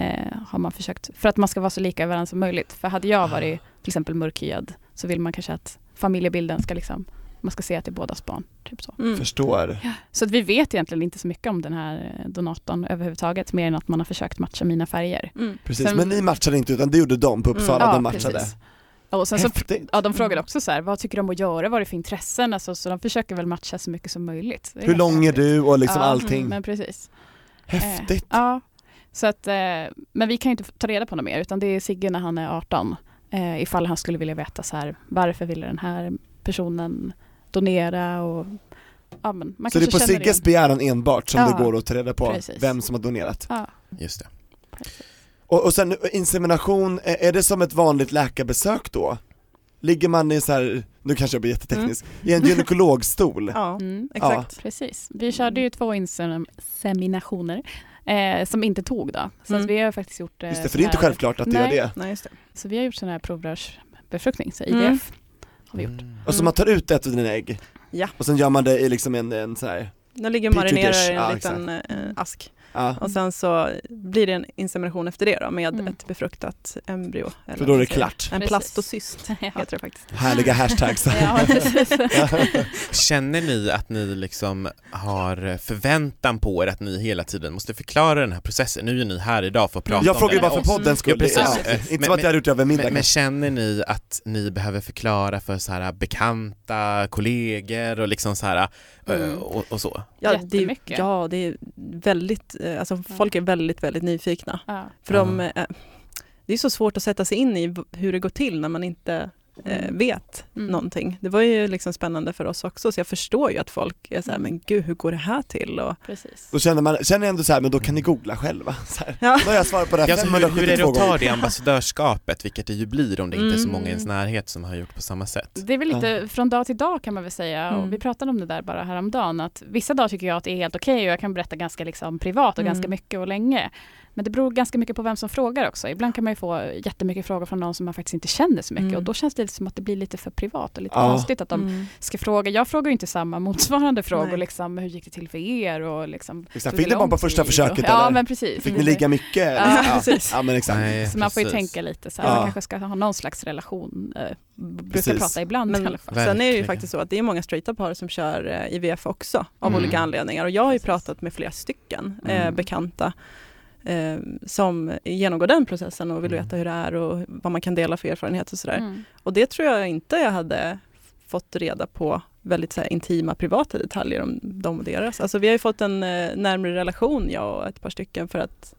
Speaker 5: Eh, har man försökt, för att man ska vara så lika varandra som möjligt. För hade jag varit till exempel mörkhyad så vill man kanske att familjebilden ska liksom, man ska se att det är bådas barn. Typ så.
Speaker 6: Mm.
Speaker 8: Förstår.
Speaker 5: Så att vi vet egentligen inte så mycket om den här eh, donatorn överhuvudtaget, mer än att man har försökt matcha mina färger.
Speaker 6: Mm.
Speaker 8: Precis,
Speaker 5: Sen-
Speaker 8: men ni matchade inte utan det gjorde de på Uppsala,
Speaker 5: Mm.
Speaker 8: de
Speaker 5: Ja,
Speaker 8: matchade.
Speaker 5: precis. Och sen så,
Speaker 8: Häftigt. Mm.
Speaker 5: ja, de frågade också så här, vad tycker de att göra, vad är det för intressen? Alltså, så de försöker väl matcha så mycket som möjligt. Det
Speaker 8: Hur
Speaker 5: ganska
Speaker 8: lång är
Speaker 5: häftigt.
Speaker 8: du och liksom
Speaker 5: ja, mm,
Speaker 8: allting.
Speaker 5: Men precis.
Speaker 8: Häftigt.
Speaker 5: Eh, ja. Så att, eh, men vi kan ju inte ta reda på något mer, utan det är Sigge när han är 18. Eh, ifall han skulle vilja veta så här, varför ville den här personen donera och ja, men man
Speaker 8: Så det är på
Speaker 5: kanske känner
Speaker 8: Sigges
Speaker 5: igen.
Speaker 8: begäran enbart som
Speaker 5: Ja.
Speaker 8: det går att ta reda på
Speaker 5: Precis.
Speaker 8: vem som har donerat.
Speaker 5: Ja,
Speaker 7: Just det.
Speaker 8: Och, och sen eh, insemination, eh, är är det som ett vanligt läkarbesök då? Ligger man i så här, nu kanske jag blir jätteteknisk, i en
Speaker 6: <laughs>
Speaker 8: gynekologstol?
Speaker 6: Ja,
Speaker 5: mm.
Speaker 6: exakt.
Speaker 5: Precis. Vi körde ju två inseminationer eh, som inte tog då. Så
Speaker 6: Mm.
Speaker 5: att vi har faktiskt gjort... eh,
Speaker 8: Just det, för det är inte
Speaker 5: sån här-
Speaker 8: självklart att det är
Speaker 5: Nej.
Speaker 8: det.
Speaker 6: Nej, just det.
Speaker 5: Så vi har gjort sån här provrörsbefruktning, så IVF
Speaker 6: Mm. <laughs>
Speaker 5: har vi gjort.
Speaker 8: Och så man tar ut ett av dina ägg?
Speaker 6: Ja.
Speaker 8: Och sen gör man det i liksom en, en så här,
Speaker 6: Den ligger och
Speaker 8: Petri dish,
Speaker 6: marinerar i en
Speaker 8: ja,
Speaker 6: liten eh, ask.
Speaker 8: ja.
Speaker 6: Och sen så blir det en insemination efter det då med
Speaker 5: Mm.
Speaker 6: ett befruktat embryo. Eller
Speaker 8: För då
Speaker 6: vad
Speaker 8: är det
Speaker 6: man
Speaker 8: klart.
Speaker 6: säger. En
Speaker 5: Precis. <laughs>
Speaker 6: plastocyst
Speaker 8: <laughs>
Speaker 6: heter det faktiskt.
Speaker 8: Härliga hashtags.
Speaker 5: Ja,
Speaker 8: <laughs>
Speaker 5: precis.
Speaker 7: Känner ni att ni liksom har förväntan på er att ni hela tiden måste förklara den här processen? Nu är ni här idag för att prata
Speaker 8: Jag
Speaker 7: om
Speaker 8: frågar ju
Speaker 7: den.
Speaker 8: bara för poddens skull,
Speaker 7: Ja, precis.
Speaker 8: ja,
Speaker 7: Eh,
Speaker 8: inte
Speaker 7: men-
Speaker 8: som att jag hade gjort det över middag
Speaker 7: Men, men
Speaker 8: kanske.
Speaker 7: känner ni att ni behöver förklara för så här bekanta, kollegor och liksom så här eh,
Speaker 5: Mm.
Speaker 7: och, och så?
Speaker 6: det är,
Speaker 5: Jättemycket.
Speaker 6: ja, det är väldigt, eh, alltså folk är väldigt, väldigt nyfikna.
Speaker 5: ja.
Speaker 6: För
Speaker 7: Mm.
Speaker 6: de, eh, det är så svårt att sätta sig in i v- hur det går till när man inte eh, vet
Speaker 5: Mm.
Speaker 6: någonting. Det var ju liksom spännande för oss också, så jag förstår ju att folk är så här,
Speaker 5: Mm.
Speaker 6: men gud, hur går det här till? Och,
Speaker 5: Precis.
Speaker 8: Då känner man, känner jag ändå så här, men då kan ni googla själva. <laughs> Så här.
Speaker 6: Ja.
Speaker 8: Då har jag svarat på det här
Speaker 7: Ja, så hur, hur är det
Speaker 8: 572
Speaker 7: att ta
Speaker 8: gånger.
Speaker 7: det ambassadörskapet, vilket det ju blir om det inte är så
Speaker 6: Mm.
Speaker 7: många i ens närhet som har gjort på samma sätt?
Speaker 5: Det är väl lite från dag till dag kan man väl säga
Speaker 6: Mm.
Speaker 5: och vi pratade om det där bara häromdagen att vissa dagar tycker jag att det är helt okej och jag kan berätta ganska liksom privat och
Speaker 6: Mm.
Speaker 5: ganska mycket och länge. Men det beror ganska mycket på vem som frågar också. Ibland kan man ju få jättemycket frågor från någon som man faktiskt inte känner så mycket
Speaker 6: Mm.
Speaker 5: och då känns det som att det blir lite för privat och lite
Speaker 8: Ja.
Speaker 5: konstigt att de ska fråga. Jag frågar ju inte samma motsvarande frågor
Speaker 6: Nej.
Speaker 5: liksom hur gick det till för er och liksom
Speaker 8: Exakt,
Speaker 5: tog
Speaker 8: fick ni barn
Speaker 5: lång
Speaker 8: på första
Speaker 5: tid
Speaker 8: försöket
Speaker 5: och, Ja
Speaker 8: eller?
Speaker 5: men precis.
Speaker 8: Fick ni ligga mycket? eller?
Speaker 5: Ja,
Speaker 6: precis.
Speaker 8: ja men exakt.
Speaker 7: Nej,
Speaker 5: Så man får ju
Speaker 7: precis.
Speaker 5: tänka lite så här,
Speaker 8: Ja.
Speaker 5: man kanske ska ha någon slags relation, eh, brukar
Speaker 8: Precis.
Speaker 5: prata ibland
Speaker 6: Men-
Speaker 5: i alla fall.
Speaker 6: Sen är det ju
Speaker 7: Verkligen.
Speaker 6: faktiskt så att det är många straighta par som kör eh, IVF också av
Speaker 7: Mm.
Speaker 6: olika anledningar och jag har ju pratat med flera stycken eh,
Speaker 7: Mm.
Speaker 6: bekanta eh, som genomgår den processen och vill
Speaker 7: Mm.
Speaker 6: veta hur det är och vad man kan dela för erfarenhet och sådär.
Speaker 5: Mm.
Speaker 6: Och det tror jag inte jag hade fått reda på väldigt så här, intima privata detaljer om dem och deras. Alltså vi har ju fått en eh, närmare relation jag och ett par stycken för att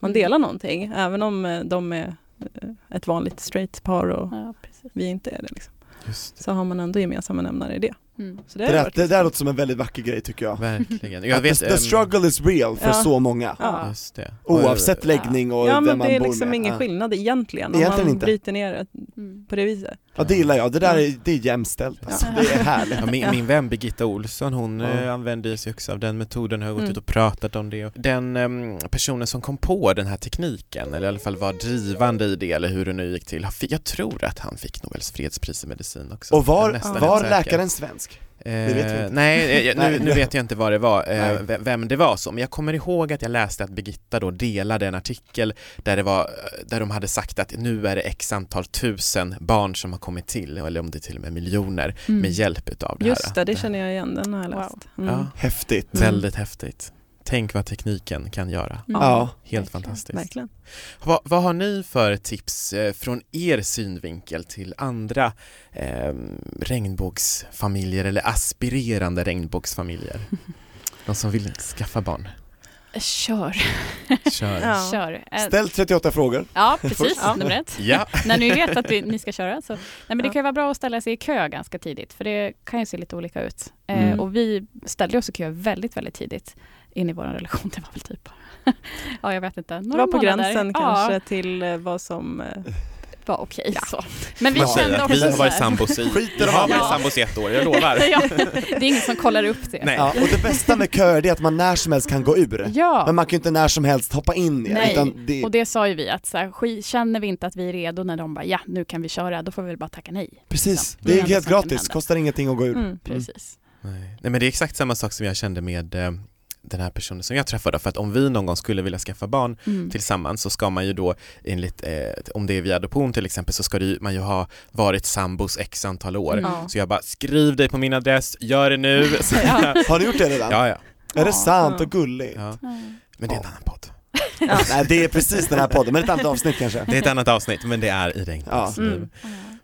Speaker 6: man
Speaker 5: Mm.
Speaker 6: delar någonting även om eh, de är eh, ett vanligt straight par och
Speaker 5: Ja, precis.
Speaker 6: vi inte är det. Liksom.
Speaker 7: Just
Speaker 6: Så har man ändå gemensamma nämnare i det.
Speaker 5: Mm.
Speaker 6: Så
Speaker 8: Det,
Speaker 6: har
Speaker 8: där,
Speaker 6: varit-
Speaker 8: det där låter som en väldigt vacker grej tycker
Speaker 7: det.
Speaker 8: jag.
Speaker 7: Verkligen. Jag
Speaker 8: Att
Speaker 7: vet,
Speaker 8: the,
Speaker 7: ehm,
Speaker 8: the struggle is real för
Speaker 6: Ja.
Speaker 8: så många.
Speaker 6: Ja.
Speaker 7: Just det.
Speaker 8: Oavsett läggning och
Speaker 6: Ja
Speaker 8: vem
Speaker 6: men
Speaker 8: man
Speaker 6: det är
Speaker 8: bor
Speaker 6: liksom
Speaker 8: med.
Speaker 6: ingen
Speaker 8: Ja.
Speaker 6: skillnad egentligen om
Speaker 8: Egentligen
Speaker 6: man
Speaker 8: inte.
Speaker 6: bryter ner det
Speaker 5: Mm.
Speaker 6: på det viset.
Speaker 8: Ja det gillar jag, det där är, det är jämställt alltså.
Speaker 6: Ja.
Speaker 8: Det är härligt.
Speaker 7: Ja, min, min vän Birgitta Olsson hon
Speaker 8: Ja.
Speaker 7: ja. använde sig också av den metoden och har gått
Speaker 6: Mm.
Speaker 7: ut och pratat om det. Den em, personen som kom på den här tekniken eller i alla fall var drivande i det eller hur det nu gick till, han fick- jag tror att han fick Nobels fredspris i medicin också.
Speaker 8: Och var,
Speaker 7: Jag är nästan
Speaker 8: var
Speaker 7: helt säker.
Speaker 8: läkaren svensk?
Speaker 7: Eh,
Speaker 8: vet vi inte.
Speaker 7: Nej, eh, nu,
Speaker 8: Nej.
Speaker 7: nu vet jag inte vad det var, eh,
Speaker 8: Nej.
Speaker 7: ve- vem det var som, men jag kommer ihåg att jag läste att Birgitta då delade en artikel där, det var, eh, där de hade sagt att nu är det x antal tusen barn som har kommit till, eller om det är till och med miljoner,
Speaker 5: Mm.
Speaker 7: med hjälp utav det här.
Speaker 6: Just det, det känner jag igen, den har jag
Speaker 5: Wow.
Speaker 6: läst. Mm,
Speaker 7: Ja, Mm.
Speaker 8: Häftigt.
Speaker 7: väldigt häftigt. Tänk vad tekniken kan göra.
Speaker 5: Mm.
Speaker 8: Ja.
Speaker 7: Helt
Speaker 5: Verkligen,
Speaker 7: fantastiskt.
Speaker 6: Verkligen.
Speaker 7: Vad, vad har ni för tips eh, från er synvinkel till andra eh, regnbågsfamiljer eller aspirerande regnbågsfamiljer? De som vill skaffa barn.
Speaker 5: Eh, Kör,
Speaker 7: Kör.
Speaker 6: Ja.
Speaker 5: kör. Eh,
Speaker 8: Ställ 38 frågor.
Speaker 5: Ja, precis.
Speaker 6: Ja.
Speaker 5: Nummer ett.
Speaker 7: Ja,
Speaker 5: När ni vet att vi, ni ska köra. Så. Nej, men det kan ju vara bra att ställa sig i kö ganska tidigt, för det kan ju se lite olika ut. Eh,
Speaker 7: Mm.
Speaker 5: Och vi ställde oss i kö väldigt, väldigt tidigt in i vår relation. <laughs> Det var väl typ, ja jag vet inte, några
Speaker 6: Dra på
Speaker 5: månader.
Speaker 6: gränsen
Speaker 5: ja,
Speaker 6: kanske till eh, vad som...
Speaker 8: <laughs>
Speaker 6: eh,
Speaker 5: var okej så. Men vi
Speaker 7: man
Speaker 5: kände
Speaker 7: säger att
Speaker 5: också
Speaker 7: vi har
Speaker 5: så
Speaker 7: varit
Speaker 5: här-
Speaker 7: sambos
Speaker 8: <laughs>
Speaker 7: i, vi
Speaker 8: Skiter de
Speaker 7: har varit
Speaker 5: Ja.
Speaker 7: sambos i ett år,
Speaker 5: <laughs>
Speaker 7: jag lovar.
Speaker 5: ja, det är ingen som kollar upp det.
Speaker 7: Nej.
Speaker 8: Ja, och det bästa med köer är att man när som helst kan gå ur.
Speaker 5: Ja.
Speaker 8: Men man kan ju inte när som helst hoppa in i
Speaker 5: Nej.
Speaker 8: det, utan det,
Speaker 5: Och det sa ju vi att så här, sk- känner vi inte att vi är redo när de bara ja, nu kan vi köra, då får vi väl bara tacka nej.
Speaker 8: precis,
Speaker 5: Ja, det
Speaker 8: det
Speaker 5: är
Speaker 8: är
Speaker 5: ändå
Speaker 8: helt
Speaker 5: saken
Speaker 8: gratis,
Speaker 5: händer.
Speaker 8: kostar ingenting att gå ur.
Speaker 6: Mm.
Speaker 5: Precis.
Speaker 7: Nej. Nej men det är exakt samma sak som jag kände med eh, den här personen som jag träffade för att om vi någon gång skulle vilja skaffa barn
Speaker 5: Mm.
Speaker 7: tillsammans så ska man ju då enligt, eh, om det är via adoption till exempel så ska det ju, man ju ha varit sambos x antal år.
Speaker 5: Mm.
Speaker 7: Så jag bara skriv dig på min adress, gör
Speaker 6: <laughs>
Speaker 7: det nu. Så, ja.
Speaker 8: Har ni gjort det
Speaker 7: <laughs>
Speaker 8: redan?
Speaker 7: ja, ja,
Speaker 8: Är det sant
Speaker 6: Ja.
Speaker 8: och gulligt?
Speaker 7: Men det är en annan podd.
Speaker 8: Nej det är precis den här podden, men ett annat avsnitt kanske.
Speaker 7: Det är ett annat avsnitt men det är i regnet
Speaker 8: Ja.
Speaker 7: nu.
Speaker 6: Mm.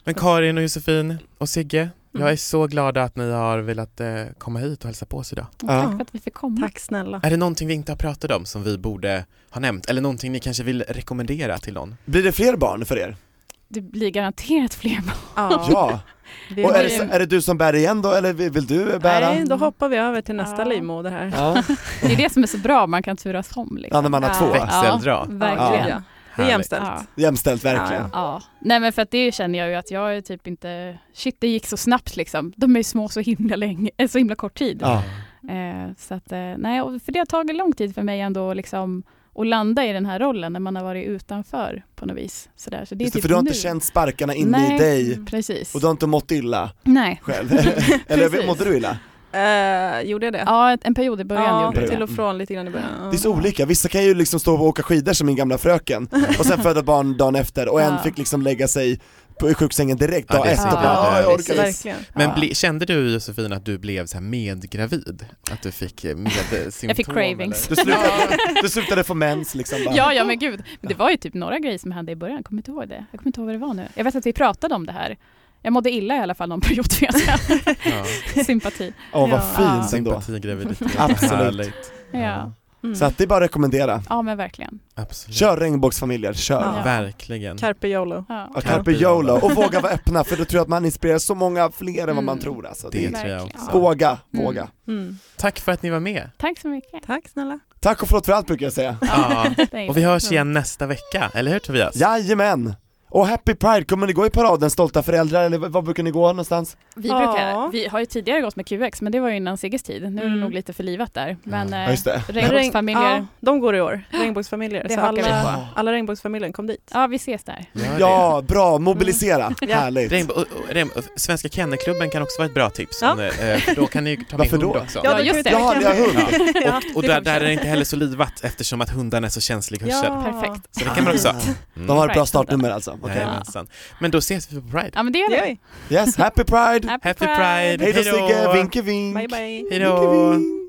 Speaker 7: Men Karin och Josefin och Sigge, jag
Speaker 6: Mm.
Speaker 7: är så glad att ni har velat eh, komma hit och hälsa på oss idag.
Speaker 5: Och
Speaker 8: Ja.
Speaker 5: Tack för att vi fick komma.
Speaker 6: Tack snälla.
Speaker 7: Är det någonting vi inte har pratat om som vi borde ha nämnt? Eller någonting ni kanske vill rekommendera till någon?
Speaker 8: Blir det fler barn för er?
Speaker 5: Det blir garanterat fler barn.
Speaker 8: Ja.
Speaker 6: Vi
Speaker 8: Och är
Speaker 6: är
Speaker 8: det, så- är det du som bär igen då, eller vill vill du bära?
Speaker 6: Nej, då hoppar vi över till nästa
Speaker 5: Ja.
Speaker 6: livmoder här.
Speaker 8: Ja.
Speaker 5: Det är det som är så bra, man kan turas om.
Speaker 8: ja,
Speaker 5: Liksom.
Speaker 8: när man har två.
Speaker 5: Ja.
Speaker 7: Växeldra.
Speaker 5: Verkligen.
Speaker 6: Ja. Det är
Speaker 7: Härligt.
Speaker 6: jämställt.
Speaker 5: Ja.
Speaker 8: Jämställt verkligen.
Speaker 5: Ja. Nej men för att det känner jag ju att jag är typ inte, shit det gick så snabbt liksom. De är ju små så himla länge, eh, så himla kort tid.
Speaker 8: Ja.
Speaker 5: Eh, så att, eh, nej, och för det har tagit lång tid för mig ändå liksom att landa i den här rollen när man har varit utanför på något vis. Sådär. Så det är
Speaker 8: Just det,
Speaker 5: typ
Speaker 8: för du har inte
Speaker 5: nu.
Speaker 8: känt sparkarna inne
Speaker 5: Nej.
Speaker 8: i dig
Speaker 5: Precis.
Speaker 8: och du har inte mått illa
Speaker 5: Nej.
Speaker 8: själv. eller
Speaker 5: <laughs> Precis.
Speaker 8: mådde du illa?
Speaker 6: Eh, gjorde jag det?
Speaker 5: Ja, ett- en period i början
Speaker 6: ja
Speaker 5: gjorde
Speaker 8: det.
Speaker 5: jag.
Speaker 6: till och från lite grann i början. Ja.
Speaker 8: Det är så olika, vissa kan ju liksom stå och åka skidor som min
Speaker 5: <laughs>
Speaker 8: gamla fröken och sen föda barn dagen efter och en
Speaker 5: Ja.
Speaker 8: fick liksom lägga sig på i sjuksängen direkt
Speaker 7: Ja,
Speaker 8: dag
Speaker 7: det är
Speaker 8: ett och
Speaker 7: så
Speaker 8: bara,
Speaker 7: bra.
Speaker 8: "Ah, jag orkar
Speaker 5: Precis.
Speaker 8: inte."
Speaker 6: Verkligen.
Speaker 7: Men
Speaker 8: Ja.
Speaker 7: ble, kände du Josefin att du blev så här medgravid? Att du fick eh, med symptom,
Speaker 5: Jag fick cravings.
Speaker 7: eller?
Speaker 8: Du slutade, du slutade få mens liksom bara.
Speaker 5: Ja, ja men gud. Men det var ju typ några grejer som hände i början, jag kommer inte ihåg det. Jag kommer inte ihåg vad det var nu. Jag vet att vi pratade om det här. Jag mådde illa i alla fall någon <laughs> period, vet
Speaker 7: Ja.
Speaker 5: jag. Sympati.
Speaker 8: Åh vad
Speaker 6: Ja.
Speaker 8: fint ändå.
Speaker 7: Sympatigraviditet.
Speaker 8: Absolut.
Speaker 7: Härligt.
Speaker 5: Ja,
Speaker 6: Mm.
Speaker 8: Så att det är bara att
Speaker 7: Mm.
Speaker 8: rekommendera.
Speaker 5: ja men verkligen.
Speaker 7: Absolut.
Speaker 8: Kör regnbågsfamiljer, kör.
Speaker 6: Ja.
Speaker 7: Verkligen.
Speaker 6: Carpe YOLO.
Speaker 5: Ja.
Speaker 8: Ja. Carpe YOLO och våga vara öppna för då tror jag att man inspirerar så många fler än vad man
Speaker 5: Mm.
Speaker 8: tror alltså.
Speaker 7: Det
Speaker 8: Det
Speaker 7: tror jag
Speaker 5: Verkligen.
Speaker 7: också.
Speaker 8: Våga, våga.
Speaker 5: Mm.
Speaker 6: Mm.
Speaker 7: Tack för att ni var med.
Speaker 5: Tack så mycket.
Speaker 6: Tack snälla.
Speaker 8: Tack och förlåt för allt brukar jag säga.
Speaker 7: Ja.
Speaker 5: <laughs> Det är
Speaker 7: Och vi hörs igen nästa vecka, eller hur Tobias?
Speaker 8: Jajamän! Och Happy Pride, kommer ni gå i paraden Stolta föräldrar eller var brukar ni gå någonstans?
Speaker 5: Vi,
Speaker 6: Ja.
Speaker 5: brukar, vi har ju tidigare gått med QX, men det var ju innan Sigges tid. Nu är det
Speaker 6: Mm.
Speaker 5: nog lite förlivat där. Men eh,
Speaker 8: Ja just det.
Speaker 5: regnbågsfamiljer,
Speaker 6: Ja, de går i år. Regnbågsfamiljer.
Speaker 5: Det
Speaker 6: Så
Speaker 5: hakar vi
Speaker 6: alla,
Speaker 5: på.
Speaker 6: alla regnbågsfamiljen kom dit.
Speaker 5: Ja, vi ses där.
Speaker 7: Gör det.
Speaker 8: Ja, bra, mobilisera. Härligt.
Speaker 7: Rainbow, och- och- Rainbow, och Svenska Kennelklubben kan också vara ett bra tips.
Speaker 6: Ja.
Speaker 7: Om, eh, för då kan ni ju ta med
Speaker 8: Varför
Speaker 7: hund
Speaker 8: då?
Speaker 7: också.
Speaker 5: Ja,
Speaker 6: då kan
Speaker 5: just
Speaker 6: vi
Speaker 5: det.
Speaker 6: tänka-
Speaker 8: Ja, ni har hund.
Speaker 6: <laughs> Ja,
Speaker 7: Och
Speaker 6: det
Speaker 7: där,
Speaker 6: kan vi
Speaker 7: där är
Speaker 6: köra.
Speaker 7: det inte heller så livat eftersom att hundarna är så känslig hörsel.
Speaker 6: Ja.
Speaker 5: Perfekt.
Speaker 7: Så det kan man också.
Speaker 8: De har ett bra startnummer alltså. Okej.
Speaker 7: Jajamensan. Men då ses vi på Pride.
Speaker 5: <laughs> Ja, men det gör
Speaker 6: Det gör
Speaker 5: vi.
Speaker 6: vi.
Speaker 8: Yes, Happy Pride!
Speaker 7: Happy Pride!
Speaker 8: Hej då Sigge, vinke vink!
Speaker 6: Bye bye.
Speaker 7: Hej då!
Speaker 8: Vinke, vink.